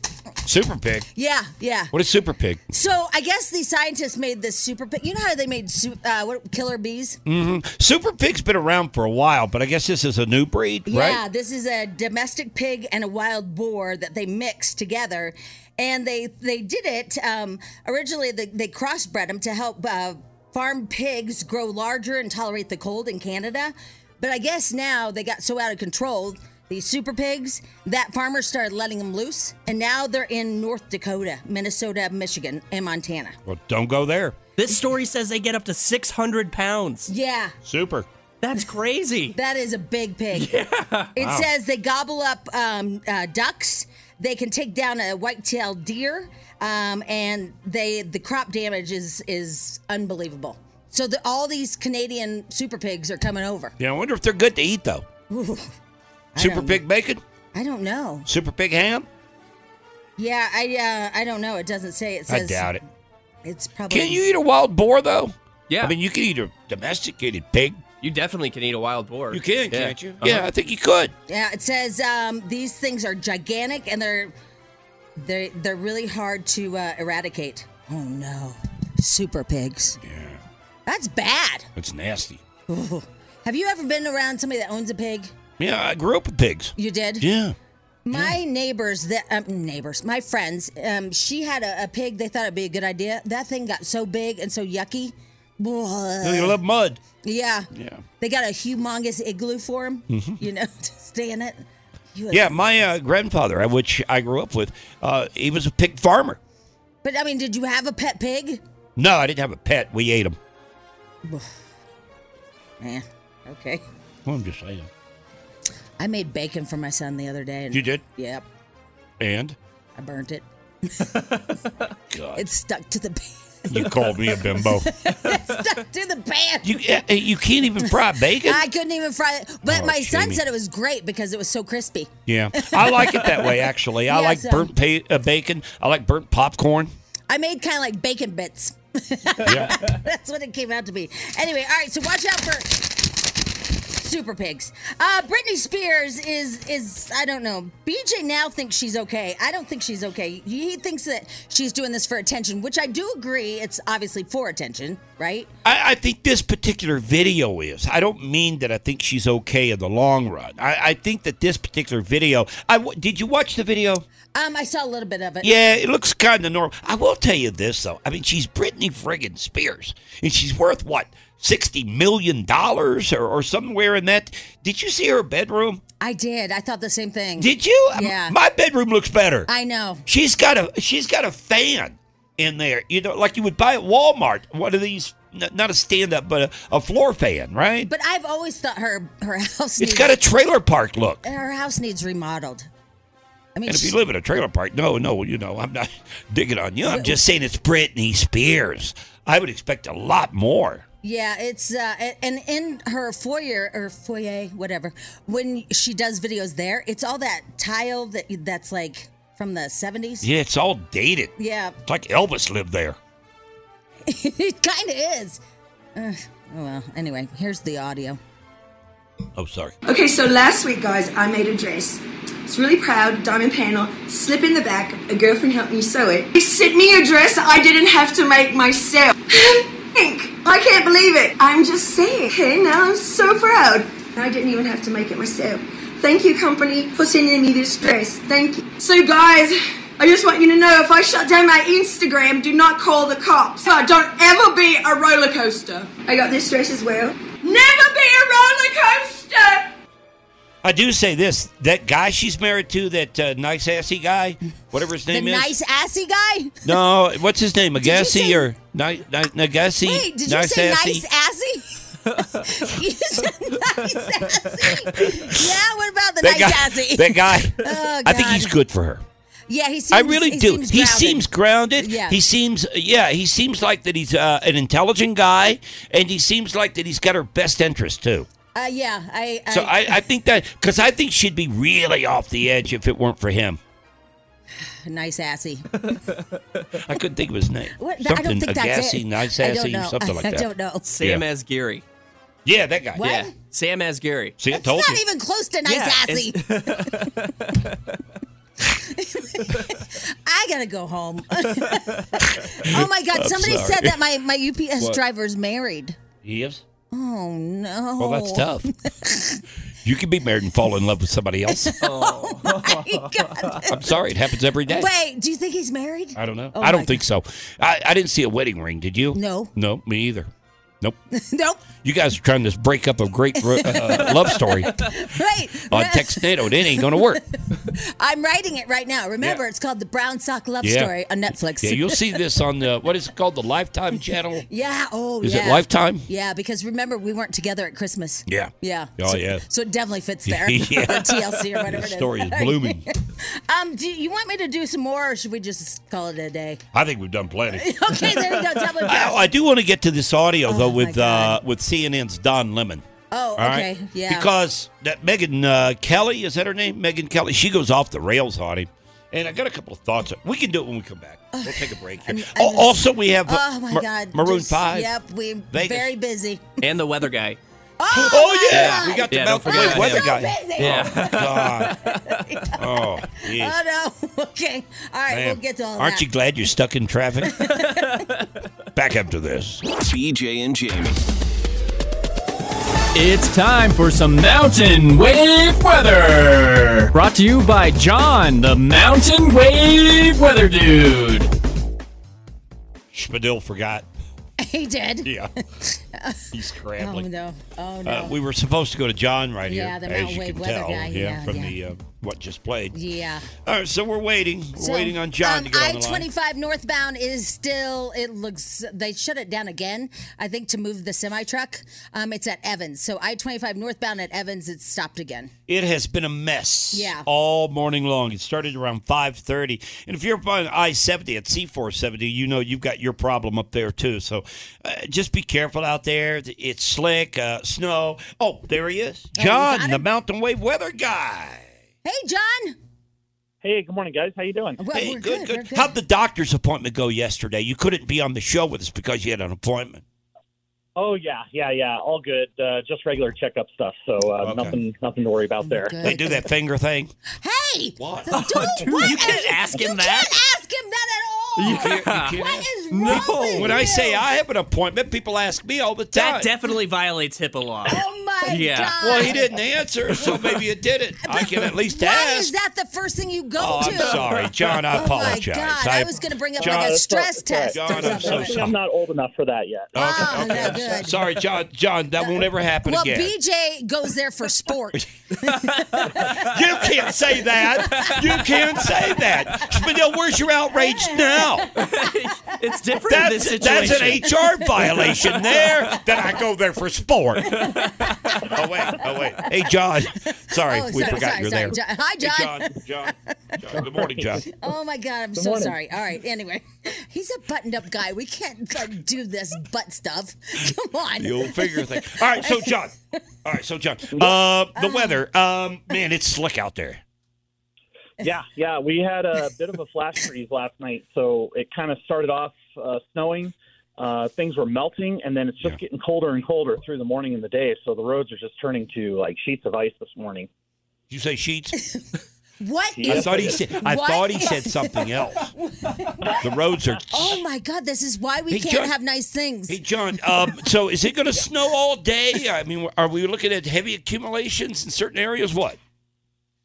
Super pig.
Yeah. Yeah.
What is super pig?
So I guess these scientists made this super pig. You know how they made su- uh, what killer bees?
hmm Super pig's been around for a while, but I guess this is a new breed,
Yeah,
right?
this is a domestic pig and a wild boar that they mixed together, and they they did it um, originally. They, they crossbred them to help uh, farm pigs grow larger and tolerate the cold in Canada, but I guess now they got so out of control. These super pigs that farmers started letting them loose, and now they're in North Dakota, Minnesota, Michigan, and Montana.
Well, don't go there.
this story says they get up to 600 pounds.
Yeah,
Super.
That's crazy.
That is a big pig. It
Wow.
says they gobble up um, uh, ducks. They can take down a white-tailed deer, um, and they the crop damage is is unbelievable. So the, all these Canadian super pigs are coming over.
Yeah, I wonder if they're good to eat though.
Ooh,
Super pig bacon,
I don't know.
super pig ham.
Yeah, I uh, I don't know. It doesn't say. It
I
says
doubt it.
It's probably.
Can you eat a wild boar though?
Yeah.
I mean, you can eat a domesticated pig.
You definitely can eat a wild boar. Uh-huh.
You can, can't you? Uh-huh. Yeah, I think you could.
Yeah, it says um, these things are gigantic and they're they they're really hard to uh, eradicate. Oh no, super pigs.
Yeah,
that's bad.
It's nasty.
Ooh. Have you ever been around somebody that owns a pig?
Yeah, I grew up with pigs.
You did?
Yeah.
My neighbors, that um, neighbors, my friends, um, she had a, a pig. They thought it'd be a good idea. That thing got so big and so yucky.
No, you love mud.
Yeah,
Yeah.
they got a humongous igloo for him.
Mhm.
You know, to stay in it. You-
Yeah, my uh, grandfather, uh, which I grew up with, uh, he was a pig farmer.
But I mean, did you have a pet pig?
No, I didn't have a pet. We ate him.
Man, okay.
Well, I'm just saying.
I made bacon for my son the other day. And
You did?
Yep.
And
I burnt it. It stuck to the
you called me a bimbo.
it stuck to the pan.
You uh, you can't even fry bacon.
I couldn't even fry it. But
Oh,
my son
Jamie.
said it was great because it was so crispy.
Yeah, I like it that way. Actually, I
Yeah,
like
so-
burnt pa- uh, bacon. I like burnt popcorn.
I made kind of like bacon bits.
Yeah.
That's what it came out to be. Anyway, all right, so watch out for super pigs. Uh, Britney Spears is is I don't know. BJ now thinks she's okay. I don't think she's okay. He thinks that she's doing this for attention, which I do agree. It's obviously for attention, right?
I, I think this particular video is. I don't mean that I think she's okay in the long run. I, I think that this particular video. I w- did you watch the video?
Um, I saw a little bit of it.
Yeah, it looks kind of normal. I will tell you this though. I mean, she's Britney friggin' Spears, and she's worth what sixty million dollars or, or somewhere in that. Did you see her bedroom?
I did. I thought the same thing.
Did you?
Yeah.
My bedroom looks better.
I know.
She's got a she's got a fan in there. You know, like you would buy at Walmart. One of these, n- not a stand up, but a, a floor fan, right?
But I've always thought her her house
it's
needs,
got a trailer park look.
her house needs remodeled. I mean,
and if
she-
you live in a trailer park, no, no, you know, I'm not digging on you. I'm just saying it's Britney Spears. I would expect a lot more.
Yeah, it's uh, a- and in her foyer or foyer, whatever. When she does videos there, it's all that tile that that's like from the seventies.
Yeah, it's all dated.
Yeah,
It's like Elvis lived there.
it kind of is. Ugh, oh well. Anyway, here's the audio.
Oh, sorry.
Okay, so last week, guys, I made a dress. It's really proud, diamond panel, slip in the back. A girlfriend helped me sew it. They sent me a dress I didn't have to make myself. Pink. I can't believe it. I'm just saying. Okay, now I'm so proud. I didn't even have to make it myself. Thank you, company, for sending me this dress. Thank you. So, guys, I just want you to know if I shut down my Instagram, do not call the cops. Uh, Don't ever be a roller coaster. I got this dress as well. Never be a roller coaster.
I do say this that guy she's married to, that uh, nice assy guy, whatever his name
the
is.
nice assy guy.
No, what's his name?
Did you
Agassi
say-
or Ni- Ni- Nagassi?
Wait, did you say nice assy? you said nice assy. Yeah, what about the
That
nice
guy-
assy?
that guy.
Oh,
I think he's
God.
good for her.
Yeah, he seems.
I really
he
do.
Seems
he
grounded.
seems grounded.
Yeah.
He seems yeah. He seems like that he's uh, an intelligent guy, and he seems like that he's got her best interest too.
Uh, yeah, I. I
So I, I think that because I think she'd be really off the edge if it weren't for him.
nice assy.
I couldn't think of his name.
What? Th- I don't
Something
think that's
Agassi,
it.
nice
I don't
assy,
know.
something like
I
that.
don't know.
Sam
Yeah.
Asghiri.
Yeah, that guy.
What?
Yeah. Sam Asghiri.
See, I
It's not even close to nice
Yeah,
assy. I gotta go home. oh my god!
I'm
somebody
sorry.
said that my my UPS
What?
driver's married.
He is.
Oh no!
Well, that's tough. you can be married and fall in love with somebody else.
Oh.
I'm sorry, it happens every day.
Wait, do you think he's married?
I don't know.
Oh
I don't
my-
think so. I, I didn't see a wedding ring. Did you?
No.
No, me either. Nope.
nope.
You guys are trying to break up a great ro- uh, love story
Right.
on Textnado. It ain't going to work.
I'm writing it right now. Remember, it's called the Brown Sock Love
Yeah.
Story on Netflix.
Yeah, you'll see this on the what is it called? The Lifetime channel.
Yeah. Oh,
Is it
yeah.
Lifetime?
Yeah, because remember we weren't together at Christmas.
Yeah.
Yeah.
Oh
so,
yeah.
So it definitely fits there.
Yeah.
Or TLC or whatever
This
it is.
story is blooming.
um, do you want me to do some more, or should we just call it a day?
I think we've done plenty.
Okay, there you go. Double
I,
down.
I do want to get to this audio though with uh, with CNN's Don Lemon.
Oh,
All right?
okay. Yeah.
Because that Megan uh, Kelly is that her name? Megan Kelly. She goes off the rails on him, And I got a couple of thoughts. We can do it when we come back. We'll take a break here.
I'm-
Al-
I'm just-
also, we have uh,
oh my
Mar-
god,
Maroon
just-
5.
Yep, we're
Vegas.
very busy.
and the weather guy.
Oh, yeah.
God.
We got the
Yeah,
Mount
don't forget
Wade
about
weather
him.
guy.
Busy.
Yeah.
Oh, God. Oh, jeez.
Oh no. Okay. All right,
Man.
we'll get to all
Aren't
that.
you glad you're stuck in traffic? Back after this.
BJ and Jamie.
It's time for some mountain wave weather. Brought to you by John, the mountain wave weather dude.
Spadil forgot.
he did.
Yeah. He's
Oh
scrambling.
no. Oh no.
Uh, we were supposed to go to John right here,
Yeah, the
as
Mount
you
Wade
can
weather
tell,
guy, yeah,
from
yeah.
the uh, what just played.
yeah.
All right, so we're waiting. We're
So,
waiting on John
um,
to get on the line.
I-25 northbound is still. It looks they shut it down again. I think to move the semi truck. Um, it's at Evans. So I-25 northbound at Evans, it's stopped again.
It has been a mess.
Yeah.
All morning long. It started around 5:30. And if you're up on I-70 at C470, you know you've got your problem up there too. So uh, just be careful out there. It's slick, uh, snow. Oh, there he is.
Oh, you got
John, the mountain wave weather guy.
Hey, John.
Hey, good morning, guys. How you doing?
Well,
Hey,
we're
good,
good.
good.
We're good.
How'd the doctor's appointment go yesterday? You couldn't be on the show with us because you had an appointment.
Oh yeah, yeah, yeah. All good. Uh, just regular checkup stuff. So uh, nothing, nothing to worry about there.
They do that finger thing.
Hey.
What?
you can't ask him that.
Ask him that at all.
Yeah.
What is wrong with
When I
you?
say I have an appointment, people ask me all the time.
That definitely violates HIPAA law.
Oh my
Yeah.
god.
Well, he didn't answer, so maybe it did it. I can at least
Why
ask.
is that the first thing you go
Oh,
to?
I'm sorry, John. I
Oh,
apologize.
My God, I, was going to bring up like a stress test. or
John, I'm
something.
so sorry.
I'm not old enough for that yet.
Ah, not good.
Sorry, John. John, that won't ever happen
Well,
again.
BJ goes there for sport.
you can't say that. You can't say that. Spadil, where's your outrage now?
It's different in this
That's,
situation.
that's an HR violation there. That I go there for sport. oh wait, oh wait. Hey, John. Sorry,
oh,
we
sorry,
forgot
sorry,
you're
sorry.
there.
John. Hi,
Hey,
John.
John. John. John. Good morning, John.
Oh my God, I'm
Good
so
morning.
sorry. All right, anyway, he's a buttoned-up guy. We can't like, do this butt stuff. Come on.
The old finger thing. All right, so John. All right, so John. Uh, the weather. Um, man, it's slick out there.
Yeah, yeah. We had a bit of a flash freeze last night, so it kind of started off uh, snowing. Uh, things were melting, and then it's just getting colder and colder through the morning and the day. So the roads are just turning to like sheets of ice this morning.
You say sheets?
What?
I
is-
thought he said. I
What?
thought he said something else. The roads are.
Oh my God, this is why we
Hey,
can't
John.
have nice things.
Hey, John. Um, so is it going to snow all day? I mean, are we looking at heavy accumulations in certain areas? What?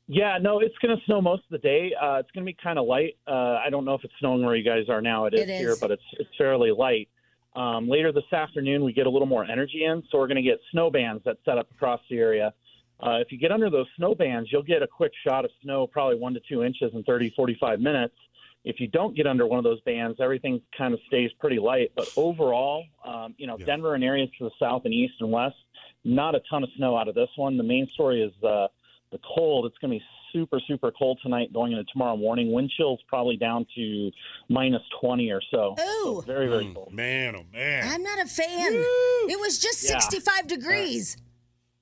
Yeah, no, it's going to snow most of the day. Uh, it's going to be kind of light. Uh, I don't know if it's snowing where you guys are now. It is,
It is.
here, but it's it's fairly light. Um, later this afternoon, we get a little more energy in, so we're going to get snow bands that set up across the area. Uh, if you get under those snow bands, you'll get a quick shot of snow, probably one to two inches in 30, 45 minutes. If you don't get under one of those bands, everything kind of stays pretty light. But overall, um, you know, Denver and areas to the south and east and west, not a ton of snow out of this one. The main story is uh, the cold. It's going to be super, super cold tonight going into tomorrow morning. Wind chill's probably down to minus 20 or so.
Ooh.
So very, very cold.
Man, oh man.
I'm not a fan. It was just
Yeah.
65 degrees.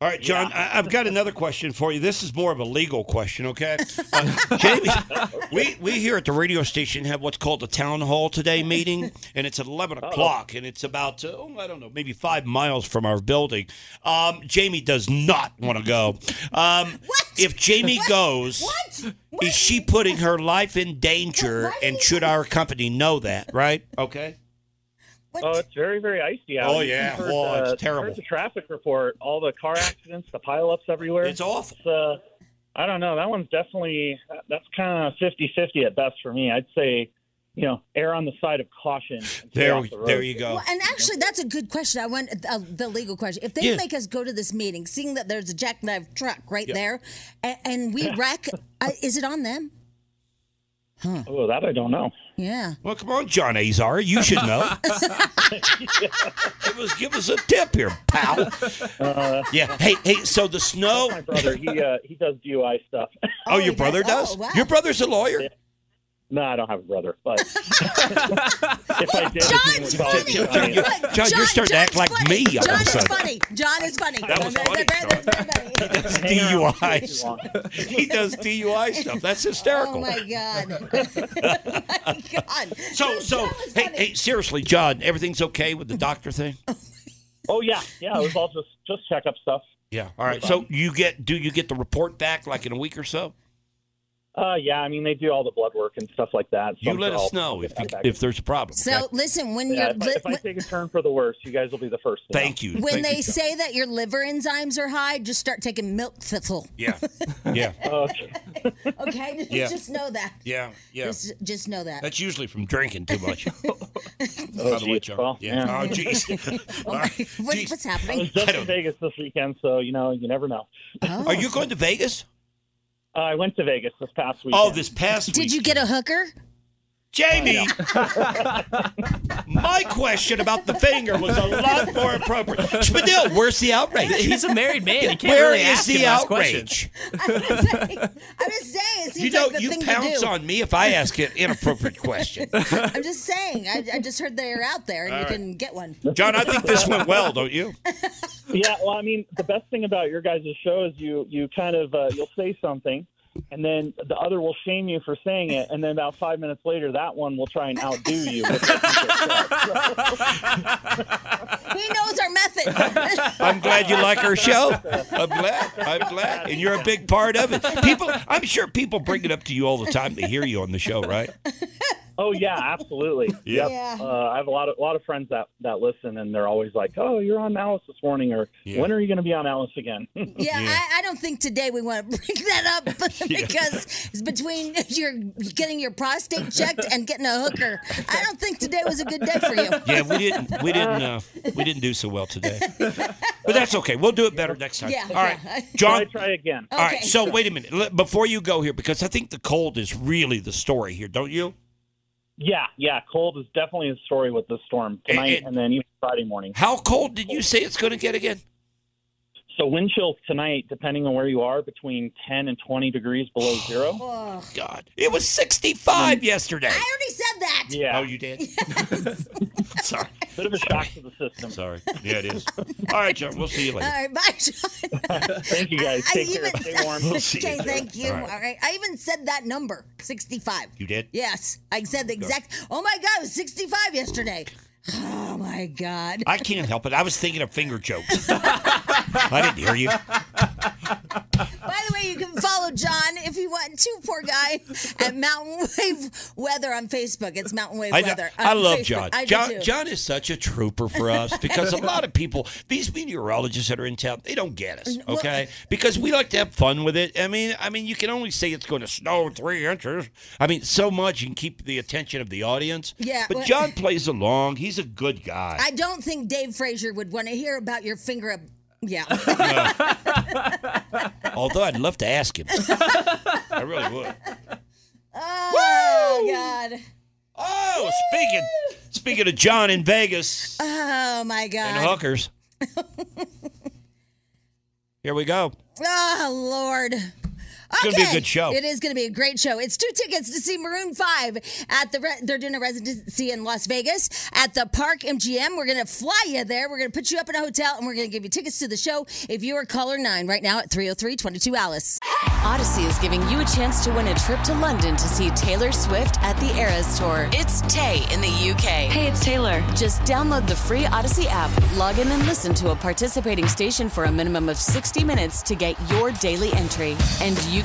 All right, John, I, I've got another question for you. This is more of a legal question, okay? Uh, Jamie, we, we here at the radio station have what's called a town hall today meeting, and it's at 11 o'clock, and it's about, uh, oh, I don't know, maybe five miles from our building. Um, Jamie does not want to go. Um, If Jamie goes, is she putting her life in danger, and should our company know that, right? Okay.
Oh, it's very, very icy out.
Oh,
You
yeah.
heard
Well,
the-
it's
you heard
terrible.
the traffic report, all the car accidents, the pileups everywhere.
It's awful.
It's, uh, I don't know. That one's definitely, that's kind of 50 50 at best for me. I'd say, you know, err on the side of caution. and stay
There,
off the road.
there you go.
Well, and actually, that's a good question. I want uh, the legal question. If they
Yeah.
make us go to this meeting, seeing that there's a jackknife truck right
Yeah.
there, and, and we wreck, uh, is it on them?
Oh, that I don't know.
Yeah.
Well, come on, John Azar. You should know. give, us, give us a tip here, pal.
Uh,
yeah. Hey, hey, so the snow.
My brother, he uh, he does DUI stuff.
Oh, your brother does?
Oh, wow.
Your brother's a lawyer?
No, I don't have a brother, but if I did, John's
John, John, you're starting to act like me all of
John
a
is
sudden.
funny. John is funny.
That was funny, Does DUIs. he does DUI stuff. That's
Oh
hysterical.
my god. Oh,
so so hey hey seriously, John, everything's okay with the doctor thing?
Oh yeah, yeah. It was all just just checkup stuff.
Yeah. All right. So you get do you get the report back like in a week or so?
Uh, yeah. I mean, they do all the blood work and stuff like that.
You
I'm
let
sure
us
I'll
know if
get
you,
that back.
if there's a problem.
So
okay?
listen, when
Yeah,
you're
if, I, if I take a turn for the worse, you guys will be the first. To
Thank you.
When
Thank
they
you.
say that your liver enzymes are high, just start taking milk thistle.
Yeah. Yeah.
okay.
Okay?
Yeah.
Just know that.
Yeah. Yeah.
Just, just know that.
That's usually from drinking too much. By the way, John. Yeah. Oh, jeez. All right.
What, what's
I was
happening?
just in Vegas this weekend, so you know, you never know.
Are you going to Vegas?
Uh, I went to Vegas this past week.
Oh, this past
Did you
week.
get a hooker?
Jamie, my question about the finger was a lot more appropriate. Spadil, where's the outrage?
He's a married man. He can't
Where
really
is
ask
the
him those
outrage?
I'm just saying. It seems
You know,
like the
you
thing to
pounce
do.
on me if I ask an inappropriate question.
I'm just saying. I, I just heard they're out there and
All
you
right.
can get one.
John, I think this went well, don't you?
yeah, well, I mean, the best thing about your guys' show is you you kind of uh, you'll say something, and then the other will shame you for saying it, and then about five minutes later, that one will try and outdo you.
He knows our method.
I'm glad you like our show. I'm glad. I'm glad. And you're a big part of it. People, I'm sure people bring it up to you all the time. They hear you on the show, right?
oh yeah, absolutely.
Yeah.
Yeah.
Uh, I have a lot of a lot of friends that that listen, and they're always like, "Oh, you're on Alice this morning," or "When are you going to be on Alice again?"
Yeah, I, I don't think today we want to bring that up because it's between your getting your prostate checked and getting a hooker, I don't think today was a good day for you.
Yeah, we didn't. We didn't. Uh, we didn't do so well today. But that's okay. We'll do it better next time.
Yeah,
All right,
yeah.
John.
Try- try again.
All right. So wait a minute. Let- Before you go here, because I think the cold is really the story here, don't you?
Yeah, yeah. Cold is definitely a story with the storm tonight, and, then even Friday morning.
How cold did you say it's going to get again?
So wind chills tonight, depending on where you are, between 10 and 20 degrees below zero.
Ugh.
God, it was 65 yesterday.
Hmm. I already said that.
Yeah.
Oh, you did. Sorry.
Bit of a shock to the system.
Sorry. Yeah, it is. All right, John. We'll see you
All
later.
right, bye, John.
Thank you guys. Take care. Stay warm.
We'll see you
okay,
later.
thank you.
All
All
right.
right. I even said that number, sixty-five.
You did?
Yes, I said the exact. Oh my God, it was sixty-five yesterday. Oh my God.
I can't help it. I was thinking of finger jokes. I didn't hear you.
By the way, you can follow John if you want to, poor guy, at Mountain Wave Weather on Facebook. It's Mountain Wave
I, know-
Weather.
I
on
love
Facebook.
John.
I do
John
too.
John is such a trooper for us because a lot of people, these meteorologists that are in town, they don't get us,
Well-
okay? because we like to have fun with it. I mean, I mean, you can only say it's going to snow three inches. I mean, so much you can keep the attention of the audience.
Yeah,
but
well-
John plays along. He's a good guy.
I don't think Dave Frazier would want to hear about your finger up. Yeah. Oh
Although I'd love to ask him, I really would.
Oh, God.
Oh, speaking speaking of John in Vegas
Oh, my
and
God.
hookers, here we go.
Oh, Lord.
It's gonna be a good show.
It is going to be a great show. It's two tickets to see Maroon 5 at the re- they're doing a residency in Las Vegas at the Park MGM. We're going to fly you there. We're going to put you up in a hotel and we're going to give you tickets to the show if you are caller 9 right now at 303-22 Alice.
Odyssey is giving you a chance to win a trip to London to see Taylor Swift at the Eras Tour. It's Tay in the UK. Hey, it's Taylor. Just download the free Odyssey app, log in and listen to a participating station for a minimum of 60 minutes to get your daily entry. And you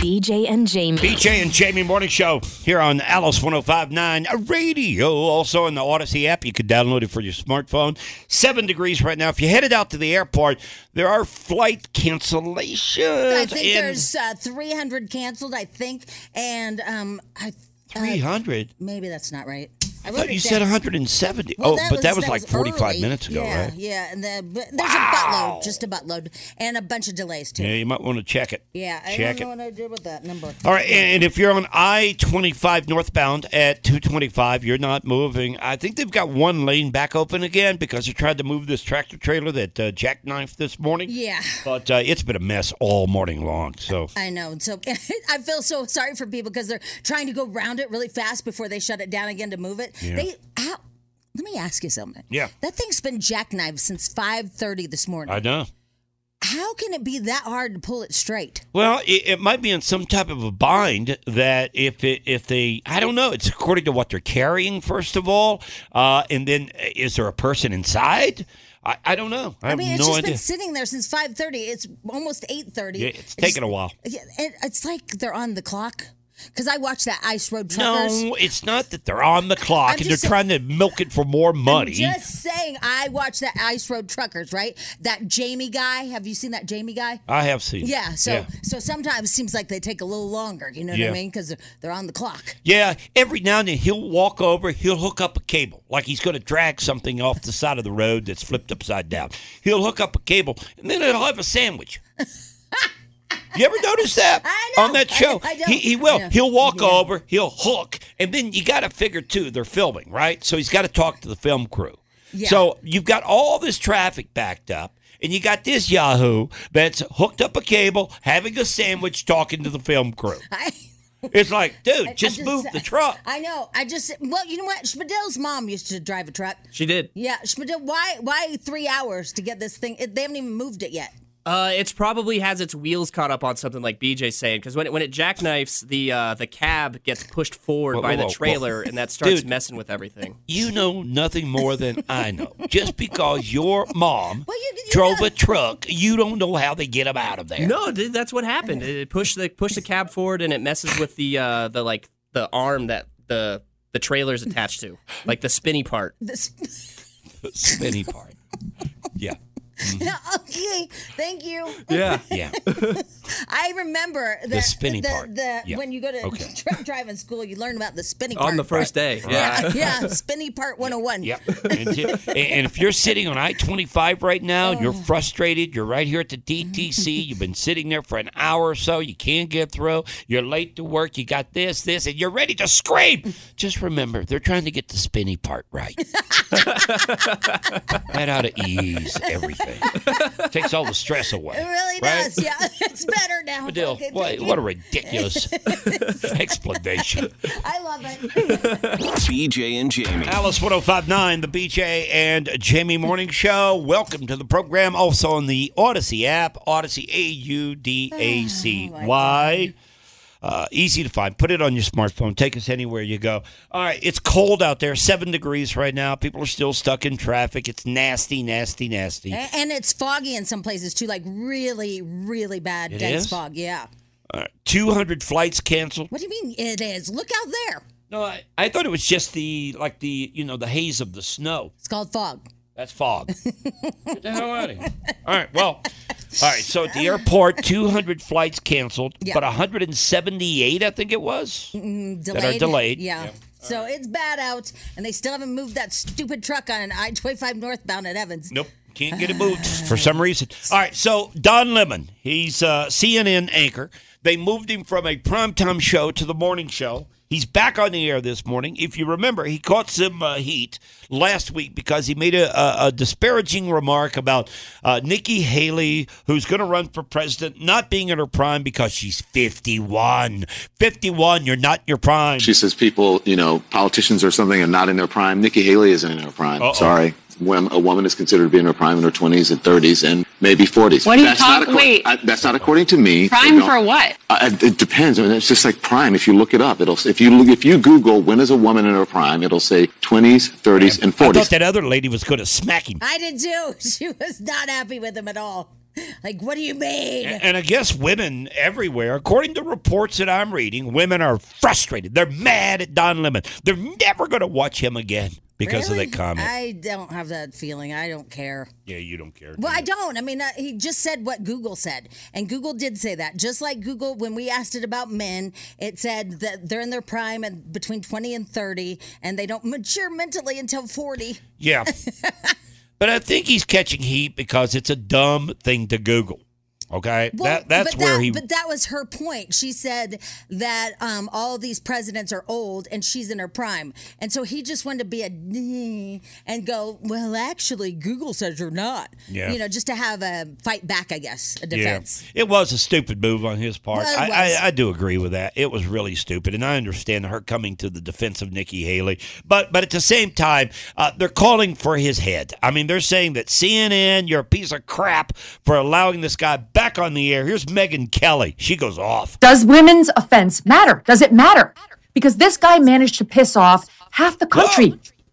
BJ and Jamie.
BJ and Jamie Morning Show here on Alice 1059 Radio. Also on the Odyssey app, you can download it for your smartphone. Seven degrees right now. If you headed out to the airport, there are flight cancellations.
I think
in
there's uh, 300 canceled, I think, and um I uh,
300.
maybe that's not right.
I
wrote
thought you
it
said
down.
170.
Well,
oh, but that was like 45
early.
minutes ago,
yeah,
right?
Yeah, and the, but there's a buttload, just a buttload, and a bunch of delays too.
Yeah, you might want to check it.
Yeah, I don't
check it.
know what I did with that number.
All right, and if you're on I 25 northbound at 225, you're not moving. I think they've got one lane back open again because they tried to move this tractor trailer that uh, jackknifed this morning.
Yeah.
But uh, it's been a mess all morning long. So,
I know. and So I feel so sorry for people because they're trying to go round it really fast before they shut it down again to move it.
Yeah.
They how, let me ask you something.
yeah,
That thing's been jackknifed since five thirty this morning.
I know.
How can it be that hard to pull it straight?
Well, it, it might be in some type of a bind that if it, if they, I don't know, it's according to what they're carrying, first of all. Uh, and then uh, is there a person inside? I, I don't know. I,
I, mean,
have
it's
no
just
idea.
been sitting there since five thirty. It's almost eight thirty.
Yeah, it's taking a while.
Yeah, it, it's like they're on the clock. Because I watched that Ice Road Truckers.
No, it's not that they're on the clock
I'm
and they're
just
trying to milk it for more money.
Just saying, I watched that Ice Road Truckers, right? That Jamie guy. Have you seen that Jamie guy?
I have seen. it.
Yeah. So
yeah.
so sometimes seems like they take a little longer. You know what
Yeah.
I mean? Because they're, they're on the clock.
Yeah, every now and then he'll walk over, he'll hook up a cable, like he's going to drag something off the side of the road that's flipped upside down. He'll hook up a cable, and then he'll have a sandwich. You ever notice that on that show?
I know.
he, he will.
I know.
He'll walk over, he'll hook, and then you got to figure too. They're filming, right? So he's got to talk to the film crew.
Yeah.
So you've got all this traffic backed up, and you got this Yahoo that's hooked up a cable, having a sandwich, talking to the film crew. it's like, dude,
I- I
just move the truck.
I know. I just well, you know what? Schmidl's mom used to drive a truck.
She did.
Yeah, Schmidl. Why why three hours to get this thing? It, they haven't even moved it yet.
Uh, it's probably has its wheels caught up on something like BJ's saying because when it, when it jackknifes, the uh, the cab gets pushed forward
Whoa,
by
whoa, whoa,
the
whoa.
trailer, and that starts
Dude.
messing with everything.
You know nothing more than I know. Just because your mom drove a truck, you don't know how they get them out of there.
No, dude, that's what happened. It, it pushed the pushed the cab forward, and it messes with the uh, the like the arm that the the trailer's attached to, like the spinny part.
This,
The spinny part. Yeah.
okay, thank you.
Yeah.
I remember that,
spinny
the,
part.
The,
Yeah.
when you go to
Okay.
truck driving school, you learn about the spinny part
On the first day.
Yeah, yeah, spinny part 101.
Yep. And, you- and- and if you're sitting on I 25 right now, and you're frustrated, you're right here at the DTC, you've been sitting there for an hour or so, you can't get through, you're late to work, you got this, this, and you're ready to scream. Just remember, they're trying to get the spinny part right. that ought to ease everything. Takes all the stress away.
It really
right?
does. Yeah, it's better now.
Adele,
Okay,
what,
thank you.
what a ridiculous explanation.
I love it.
BJ and Jamie.
Alice 1059, the BJ and Jamie Morning Show. Welcome to the program. Also on the Odyssey app, Odyssey A U D A C Y. Uh, easy to find. Put it on your smartphone. Take us anywhere you go. All right, it's cold out there, seven degrees right now. People are still stuck in traffic. It's nasty, nasty, nasty.
A- And it's foggy in some places too, like really, really bad
It
dense
is?
fog. Yeah.
All right, 200 flights canceled.
What do you mean it is? Look out there.
No, I, I thought it was just the like the you know the haze of the snow.
It's called fog.
That's fog. Get the hell out of here. All right. Well, all right. So at the airport, 200 flights canceled,
Yeah.
but 178, I think it was.
Mm,
That are
delayed.
delayed.
Yeah.
Yeah.
So it's bad out, and they still haven't moved that stupid truck on an I twenty five northbound at Evans.
Nope. Can't get it moved for some reason. All right. So Don Lemon, he's uh, a CNN anchor. They moved him from a primetime show to the morning show. He's back on the air this morning. If you remember, he caught some uh, heat last week because he made a, a, a disparaging remark about uh, Nikki Haley, who's going to run for president, not being in her prime because she's 51. 51, you're not in your prime.
She says people, you know, politicians or something are not in their prime. Nikki Haley isn't in her prime.
Uh-oh.
Sorry. When a woman is considered to be in her prime in her 20s and 30s and maybe 40s.
What are you
That's
talk-
not accor-
wait.
I- that's not according to me.
Prime
Don't-
for what?
I, I- it depends. I mean, it's just like prime. If you look it up, it'll if you look, if you Google when is a woman in her prime, it'll say 20s, 30s, and
I
40s.
thought that other lady was going to smack him.
I did too. She was not happy with him at all. Like, what do you mean?
And, and I guess women everywhere, according to reports that I'm reading, women are frustrated. They're mad at Don Lemon. They're never going to watch him again because
Really?
of that comment.
I don't have that feeling. I don't care.
yeah, you don't care.
Well, I don't. I mean, uh, he just said what Google said, and Google did say that. Just like Google, when we asked it about men, it said that they're in their prime and between twenty and thirty, and they don't mature mentally until forty.
Yeah. but I think he's catching heat because it's a dumb thing to Google. Okay? that that's
but
where
that,
he
But that was her point. She said that um, all these presidents are old, and she's in her prime, and so he just wanted to be a and go. Well, actually, Google says you're not.
Yeah.
You know, just to have a fight back, I guess, a
yeah,
defense.
it was a stupid move on his part.
Well, it
I,
was.
I, I do agree with that. It was really stupid, and I understand her coming to the defense of Nikki Haley. But but at the same time, uh, they're calling for his head. I mean, they're saying that CNN, you're a piece of crap for allowing this guy back on the air. Here's Megan Kelly. She goes off.
Does women's offense matter? Does it matter? Because this guy managed to piss off half the country.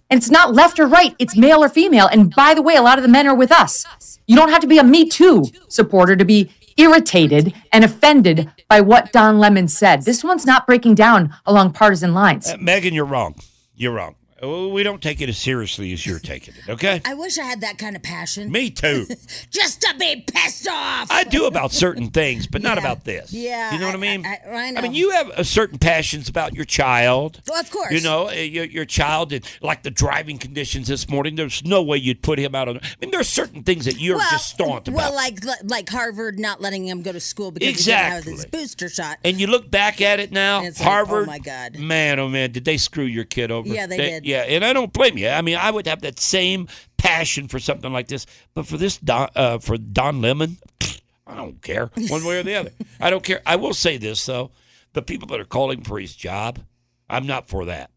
And it's not left or right, it's male or female. And by the way, a lot of the men are with us. You don't have to be a Me Too supporter to be irritated and offended by what Don Lemon said. This one's not breaking down along partisan lines.
Uh, Megan, you're wrong. You're wrong. Oh, We don't take it as seriously as you're taking it. Okay.
I wish I had that kind of passion.
Me too.
Just to be pissed off.
I do about certain things, but not about this.
Yeah.
You know what I mean?
I, I know.
I mean, you have uh, certain passions about your child.
Well, of course.
You know, uh, your, your child, and like the driving conditions this morning, there's no way you'd put him out on. I mean, there's certain things that you're just stauned about.
Well, like like Harvard not letting him go to school because he didn't have his booster shot.
and you look back at it now,
And it's like, oh
Harvard.
my God.
Man, oh man, did they screw your kid over?
Yeah, they did.
Yeah, and I don't blame you. I mean, I would have that same passion for something like this, but for this Don, uh, for Don Lemon, pfft, I don't care one way or the other. I don't care. I will say this though: the people that are calling for his job, I'm not for that.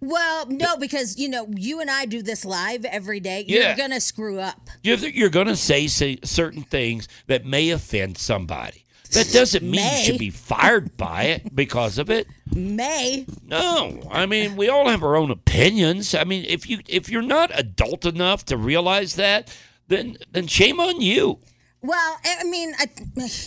Well, no, because you know you and I do this live every day.
Yeah.
You're gonna screw up.
You're, you're going to say, say certain things that may offend somebody. That doesn't mean you
May.
should be fired by it because of it.
May.
No, I mean we all have our own opinions. I mean, if you if you're not adult enough to realize that, then then shame on you.
Well, I I mean, I,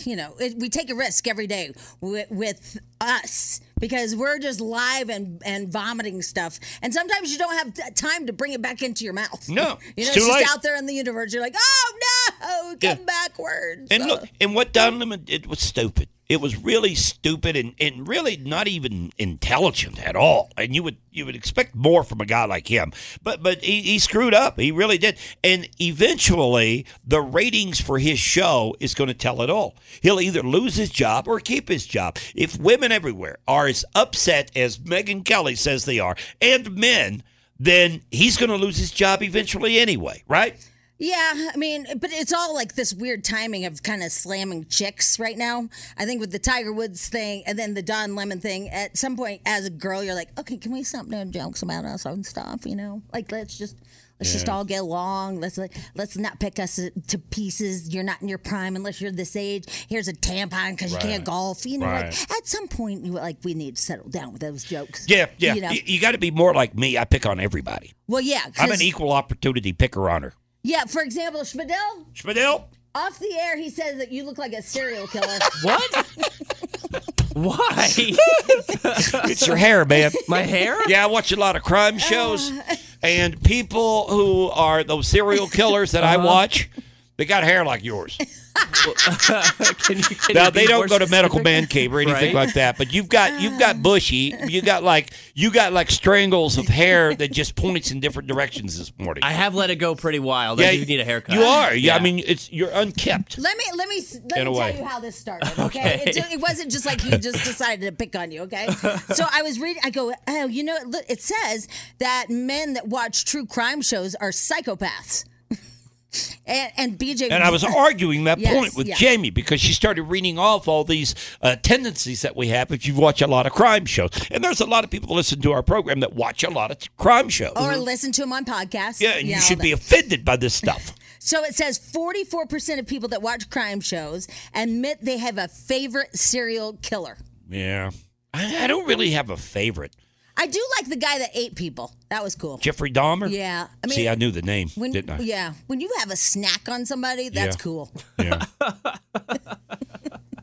you know, it, we take a risk every day with, with us because we're just live and, and vomiting stuff. And sometimes you don't have t- time to bring it back into your mouth.
No,
you know,
it's too
it's just
late.
out there in the universe. You're like, oh no, come backwards.
And look, and what Don Lemon did was stupid. It was really stupid and, and really not even intelligent at all. And you would you would expect more from a guy like him. But but he, he screwed up. He really did. And eventually the ratings for his show is going to tell it all. He'll either lose his job or keep his job. If women everywhere are as upset as Megan Kelly says they are, and men, then he's going to lose his job eventually anyway, right?
Yeah, I mean, but it's all like this weird timing of kind of slamming chicks right now. I think with the Tiger Woods thing and then the Don Lemon thing, at some point as a girl, you're like, okay, can we stop doing jokes about us and stuff? You know, like let's just let's just
Yeah.
all get along. Let's like, let's not pick us to pieces. You're not in your prime unless you're this age. Here's a tampon because you
Right.
can't golf. You know,
Right.
like at some point, you like we need to settle down with those jokes.
Yeah, yeah.
You know?
You, got to be more like me. I pick on everybody.
Well, yeah,
I'm
'cause-
an equal opportunity picker on her.
Yeah, for example, Schmidl.
Schmidl.
Off the air, he says that you look like a serial killer.
What? Why?
It's your hair, man.
My Uh-huh. hair?
Yeah, I watch a lot of crime shows, and people who are those serial killers that I
Uh-huh.
watch, they got hair like yours. now they
you be
don't
more
go to medical
specific?
man cave or anything
Right. Uh-huh.
like that, but you've got you've got bushy, you got like you got like strangles of hair that just points in different directions this morning.
I have let it go pretty wild.
Yeah,
I do need a haircut.
You are. Yeah, I mean it's you're unkept.
Let me let me
In
let
a
me
way.
tell you how this started. Okay, It, ju- it wasn't just like he just decided to pick on you. Okay, so I was reading. I go, oh, you know, look, it says that men that watch true crime shows are psychopaths. and, and BJ
And I was arguing that
Yes,
point with
yeah.
Jamie because she started reading off all these uh, tendencies that we have if you watch a lot of crime shows. And there's a lot of people that listen to our program that watch a lot of t- crime shows.
or listen to him on podcasts.
yeah, and you
all
should
Oh, that.
be offended by this stuff.
So it says 44% of people that watch crime shows admit they have a favorite serial killer.
yeah. I, I don't really have a favorite.
I do like the guy that ate people. That was cool.
Jeffrey Dahmer?
Yeah. I mean,
See, I knew the name,
when,
didn't I?
Yeah. When you have a snack on somebody, that's
Yeah.
cool.
Yeah.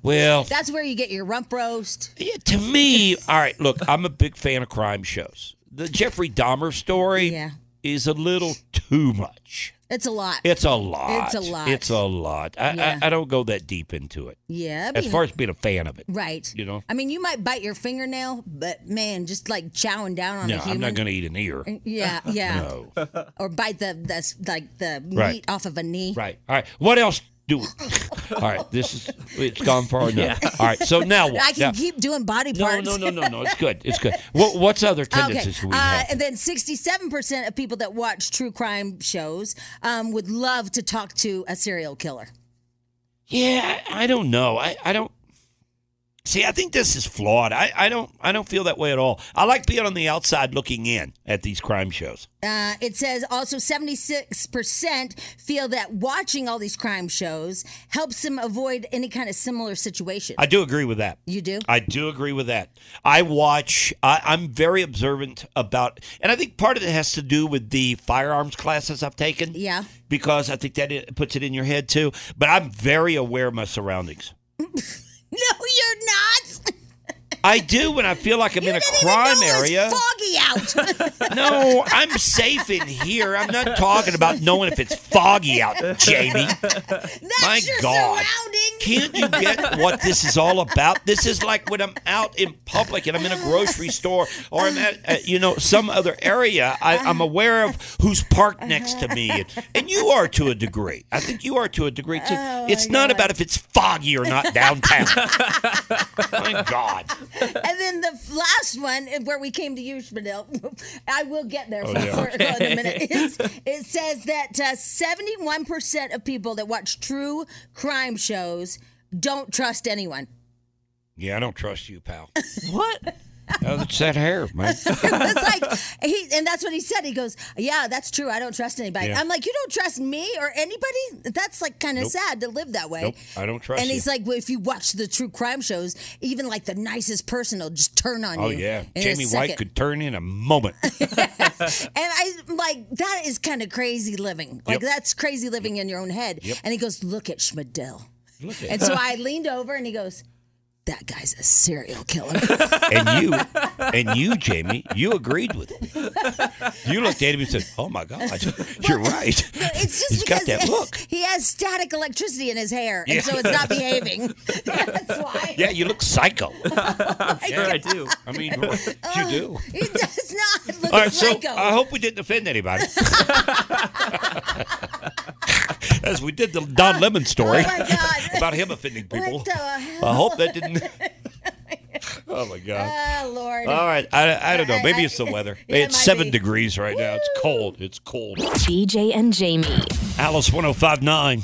well,
That's where you get your rump roast.
Yeah, to me, all right, look, I'm a big fan of crime shows. The Jeffrey Dahmer story
Yeah.
is a little too much.
It's a lot.
It's a lot.
It's a lot.
It's a lot. I,
Yeah.
I, I don't go that deep into it.
Yeah, that'd
As
be-
far as being a fan of it.
Right.
You know?
I mean, you might bite your fingernail, but man, just like chowing down on
no,
a human.
I'm not going to eat an ear.
Yeah, yeah.
No.
Or bite the that's like the meat
Right.
off of a knee.
Right. All right. What else do we? All right. This is, it's gone far enough.
Yeah.
All right. So now what?
I can
Now-
keep doing body
no,
parts.
no, no, no, no. It's good. It's good. What, what's other tendencies
Okay.
we
Uh,
have?
and then 67% of people that watch true crime shows um, would love to talk to a serial killer.
Yeah, I I don't know. I, I don't see. I think this is flawed. I, I don't I don't feel that way at all. I like being on the outside looking in at these crime shows.
Uh, it says also 76% feel that watching all these crime shows helps them avoid any kind of similar situation.
I do agree with that.
You do?
I do agree with that. I watch. I, I'm very observant about, and I think part of it has to do with the firearms classes I've taken.
Yeah.
Because I think that it puts it in your head too. But I'm very aware of my surroundings.
no, you're not.
I do when I feel like I'm in a crime area.
It's foggy out.
No, I'm safe in here. I'm not talking about knowing if it's foggy out, Jamie. My God. Can't you get what this is all about? This is like when I'm out in public and I'm in a grocery store or I'm at, uh, you know, some other area. I, I'm aware of who's parked next to me. And, and you are to a degree. I think you are to a degree, too.
Oh,
it's not about if it's foggy or not downtown. My God.
and then the last one uh, where we came to you, Spadil, I will get there
Oh,
for,
yeah.
for- for in a minute.
Okay.
It's- it says that uh, 71% of people that watch true crime shows don't trust anyone.
Yeah, I don't trust you, pal.
What?
Oh, it's that hair, man.
it's like he, and that's what he said. He goes, "Yeah, that's true. I don't trust anybody."
Yeah.
I'm like, "You don't trust me or anybody? That's like kind of
Nope.
sad to live that way."
Nope, I don't trust
And he's
you.
like, well, "If you watch the true crime shows, even like the nicest person will just turn on
Oh
you."
yeah,
in a
Jamie
second."
White could turn in a moment.
And I'm like, "That is kind of crazy living. Like
Yep.
that's crazy living in your own head."
Yep.
And he goes, "Look at Schmidel."
Look
And so I leaned over, and he goes, "That guy's a serial killer."
and you, and you, Jamie, you agreed with it. You looked at him and said, "Oh my God, you're right."
It's just
He's got
because
that look.
he has static electricity in his hair, and
Yeah.
so it's not behaving.
Yeah, you look psycho. sure, I do. I mean, you do.
He does not look
All right, so
Uh, psycho.
I hope we didn't offend anybody. As we did the Don Lemon story
Oh, my God.
about him offending people.
What the hell?
I hope that didn't. oh my God.
Oh Lord!
All right, I, I don't know.
I-
Maybe
I-
it's the weather.
Yeah, it
it's
might
seven
be.
degrees right now. It's cold. It's cold.
BJ and Jamie.
Alice 1059,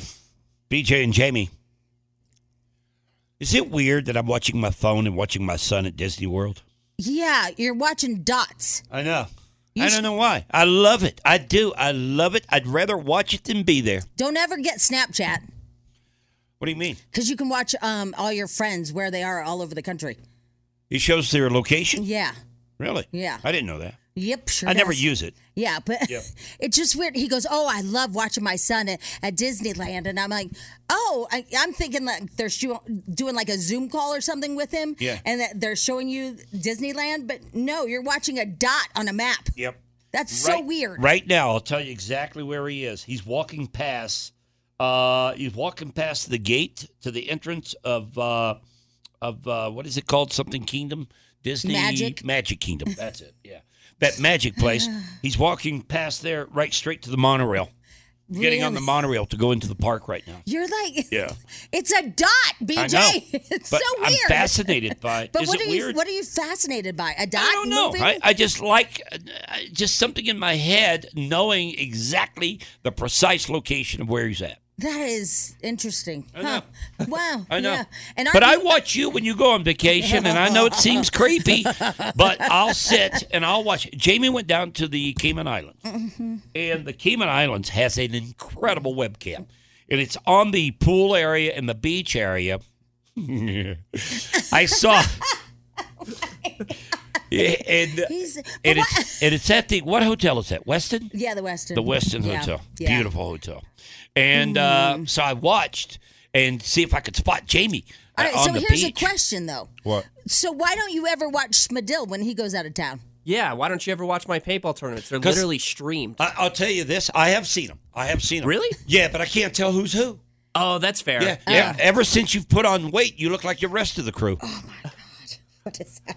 BJ and Jamie. Is it weird that I'm watching my phone and watching my son at Disney World?
Yeah, you're watching dots.
I know. I don't know why. I love it. I do. I love it. I'd rather watch it than be there.
Don't ever get Snapchat
What do you mean?
because you can watch um, all your friends where they are all over the country.
It shows their location?
Yeah.
Really?
Yeah.
I didn't know that.
Yep. Sure.
I never
does.
use it.
Yeah, but it's just weird. He goes, "Oh, I love watching my son at, at Disneyland," and I'm like, "Oh, I, I'm thinking like they're sho- doing like a Zoom call or something with him,
Yeah.
and that they're showing you Disneyland, but no, you're watching a dot on a map.
Yep.
That's so
Right-
weird.
Right now, I'll tell you exactly where he is. He's walking past. Uh, he's walking past the gate to the entrance of uh, of uh, what is it called? Something Kingdom, Disney
Magic.
Magic Kingdom. That's it. Yeah, that Magic place. he's walking past there, right straight to the monorail. Getting on the
Really?
monorail to go into the park right now.
You're like,
Yeah,
it's a dot, BJ.
I know.
It's
but
so weird.
I'm fascinated by it.
But
Is
what
it
are
weird?
you what are you fascinated by? A dot?
I don't know.
moving?
I, I just like uh, I- just something in my head knowing exactly the precise location of where he's at.
that is interesting. Huh. Wow.
I know.
Yeah. And
but I
aren't you-
watch you when you go on vacation, and I know it seems creepy, but I'll sit and I'll watch. Jamie went down to the Cayman Islands, and the Cayman Islands has an incredible webcam, and it's on the pool area and the beach Oh area. I saw. and,
He's-
and, it's, and it's that thing. What hotel is that? Weston?
Yeah, the Western.
The Weston
Yeah,
Hotel.
yeah. Mm.
Beautiful hotel. And uh, so I watched and see if I could spot Jamie uh,
All right,
on
so
the
here's
beach.
a question though.
What?
So why don't you ever watch Schmidil when he goes out of town?
Yeah, why don't you ever watch my paintball tournaments? They're
'Cause-
literally streamed.
I, I'll tell you this. I have seen them. I have seen them.
Really?
Yeah, but I can't tell who's who.
Oh, that's fair.
Yeah,
Uh.
yeah. Ever since you've put on weight, you look like the rest of the crew.
Oh,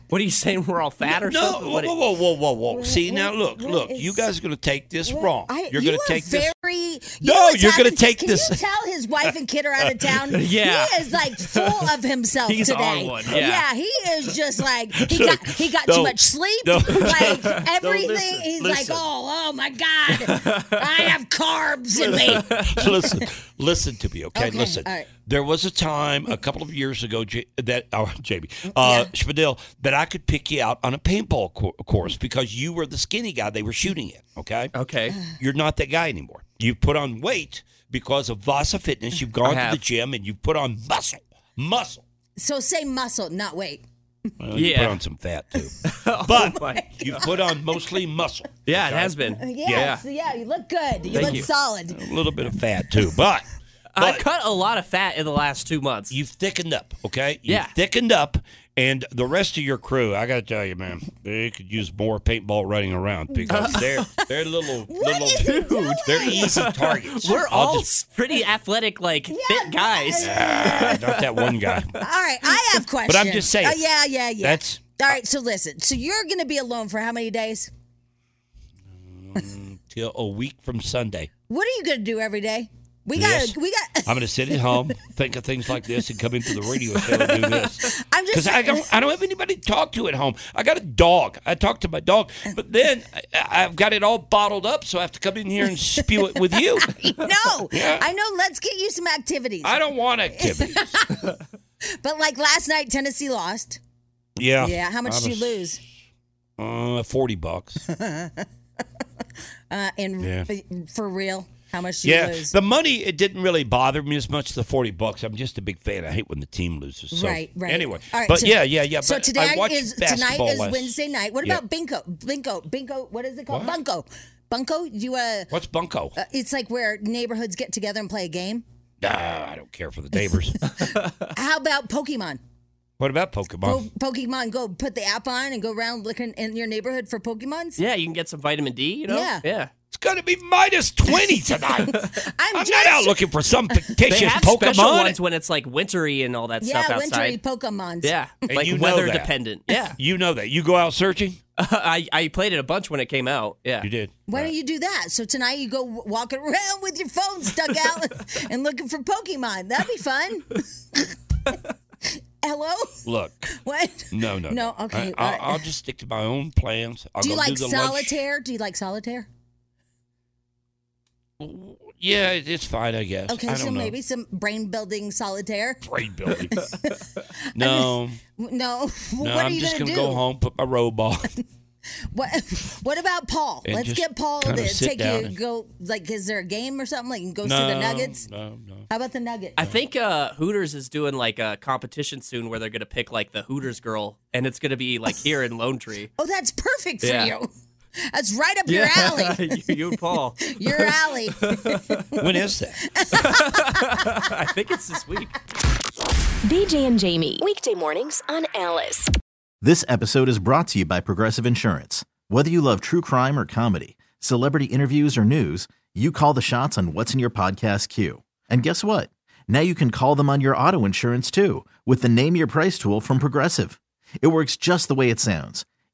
What are you saying? We're all fat or
no,
something? What-
whoa, whoa, whoa, whoa, whoa. See
what-
now, look,
what
look. you guys are going to take this wrong.
I-
you're
you
going to
are
take
very,
this.
you know
No,
what's
you're gonna
happened?
take
Can
this-
You tell his wife and kid are out of town.
Yeah.
he is like full of himself
He's
today.
on one, yeah.
he is just like he got he got too
Don't-
much sleep.
don't-
like
don't
everything,
listen,
he's like,
listen.
oh, oh my god, I have carbs in me.
listen, listen, listen to me, okay?
Okay,
listen.
all right.
There was a time a couple of years ago J- that oh, Jamie
Mm,
uh, Spadil that I could pick you out on a paintball co- course because you were the skinny guy they were shooting at. Okay.
Oh.
Okay.
You're not that guy anymore. You've put on weight because of Vasa Fitness. You've gone to
have.
the gym and you've put on muscle, muscle.
So say muscle, not weight.
Well, You put
Yeah. Oh
on some fat too, but you've put on mostly muscle.
Yeah, it has been.
Yes, Uh, yeah, you look good. You
Thank
look
you.
solid.
A little bit of fat too, but
I've cut a lot of fat in the last two months.
You've thickened up, okay? You've
Yeah.
thickened up, and the rest of your crew, I got to tell you, man, they could use more paintball running around because they're they're little little dude. They're easy targets.
We're
I'll
all
just-
pretty athletic, like fit guys.
Ah, not that one guy.
All right, I have questions.
But I'm just saying.
Oh, yeah, yeah, yeah.
That's-
all right. So listen. So you're going to be alone for how many days?
Till a week from Sunday,
What are you going to do every day? We got.
Yes.
to We got.
I'm going to sit at home, think of things like this, and come into the radio show and do this.
I'm just
Because I
saying-
don't, I don't have anybody to talk to at home. I got a dog. I talk to my dog, but then I, I've got it all bottled up, so I have to come in here and spew it with you.
No,
Yeah.
I know. Let's get you some activities.
I don't want activity.
But like last night, Tennessee lost.
Yeah.
Yeah. How much
I
did you
was-
lose?
Uh, Forty bucks.
uh, and
Yeah.
Uh, for real, how much did
yeah,
you lose?
the money it didn't really bother me as much. as The forty bucks. I'm just a big fan. I hate when the team loses. So.
right, right.
Anyway,
All right,
but
so-
yeah, yeah, yeah.
So
but
today
I watched
is tonight
basketball
is
last-
Wednesday night. What
Yeah.
about bingo? Bingo, bingo. What is it called?
What?
Bunko, bunko. You uh,
What's bunko?
uh, it's like where neighborhoods get together and play a game.
nah, I don't care for the neighbors.
How about Pokemon?
what about Pokemon?
Po- Pokemon Go. Put the app on and go around looking in your neighborhood for Pokemons.
Yeah, you can get some vitamin D. You know.
Yeah.
It's gonna be minus twenty tonight.
I'm,
I'm
just,
not out looking for some fictitious
They have special
Pokemon.
ones when it's like wintry and all that
yeah,
stuff outside.
wintry Pokemons.
Yeah,
And
like
you know
weather
that.
dependent. Yeah,
You know that. You go out searching.
I I played it a bunch when it came out. Yeah,
You did.
Why don't you do that? So tonight you go w- walking around with your phone stuck out and looking for Pokemon. That'd be fun. Hello?
Look.
What?
No, no,
No, okay,
I,
all right.
will I'll just stick to my own plans. I'll
do you
go
like
do the lunch.
solitaire? Do you like solitaire?
Yeah, it- it's fine, I guess. I
Okay,
don't
so
know.
maybe some brain building solitaire.
Brain building. no,
W- No,
no,
what are
I'm
you
just
gonna,
gonna
do?
go home, put my robe on.
What What about Paul?
And
Let's
just
get Paul to
kinda sit
take you
down and-
go. Like, is there a game or something? Like, you can go
no,
see the Nuggets.
No, no.
How about the Nuggets?
I think uh, Hooters is doing like a competition soon where they're gonna pick like the Hooters girl, and it's gonna be like here in Lone Tree.
Oh, that's perfect for
Yeah.
you. That's right up your alley.
you, you and Paul.
Your alley.
When is that?
I think it's this week.
BJ and Jamie, weekday mornings on Alice.
This episode is brought to you by Progressive Insurance. Whether you love true crime or comedy, celebrity interviews or news, you call the shots on what's in your podcast queue. And guess what? Now you can call them on your auto insurance too with the Name Your Price tool from Progressive. It works just the way it sounds.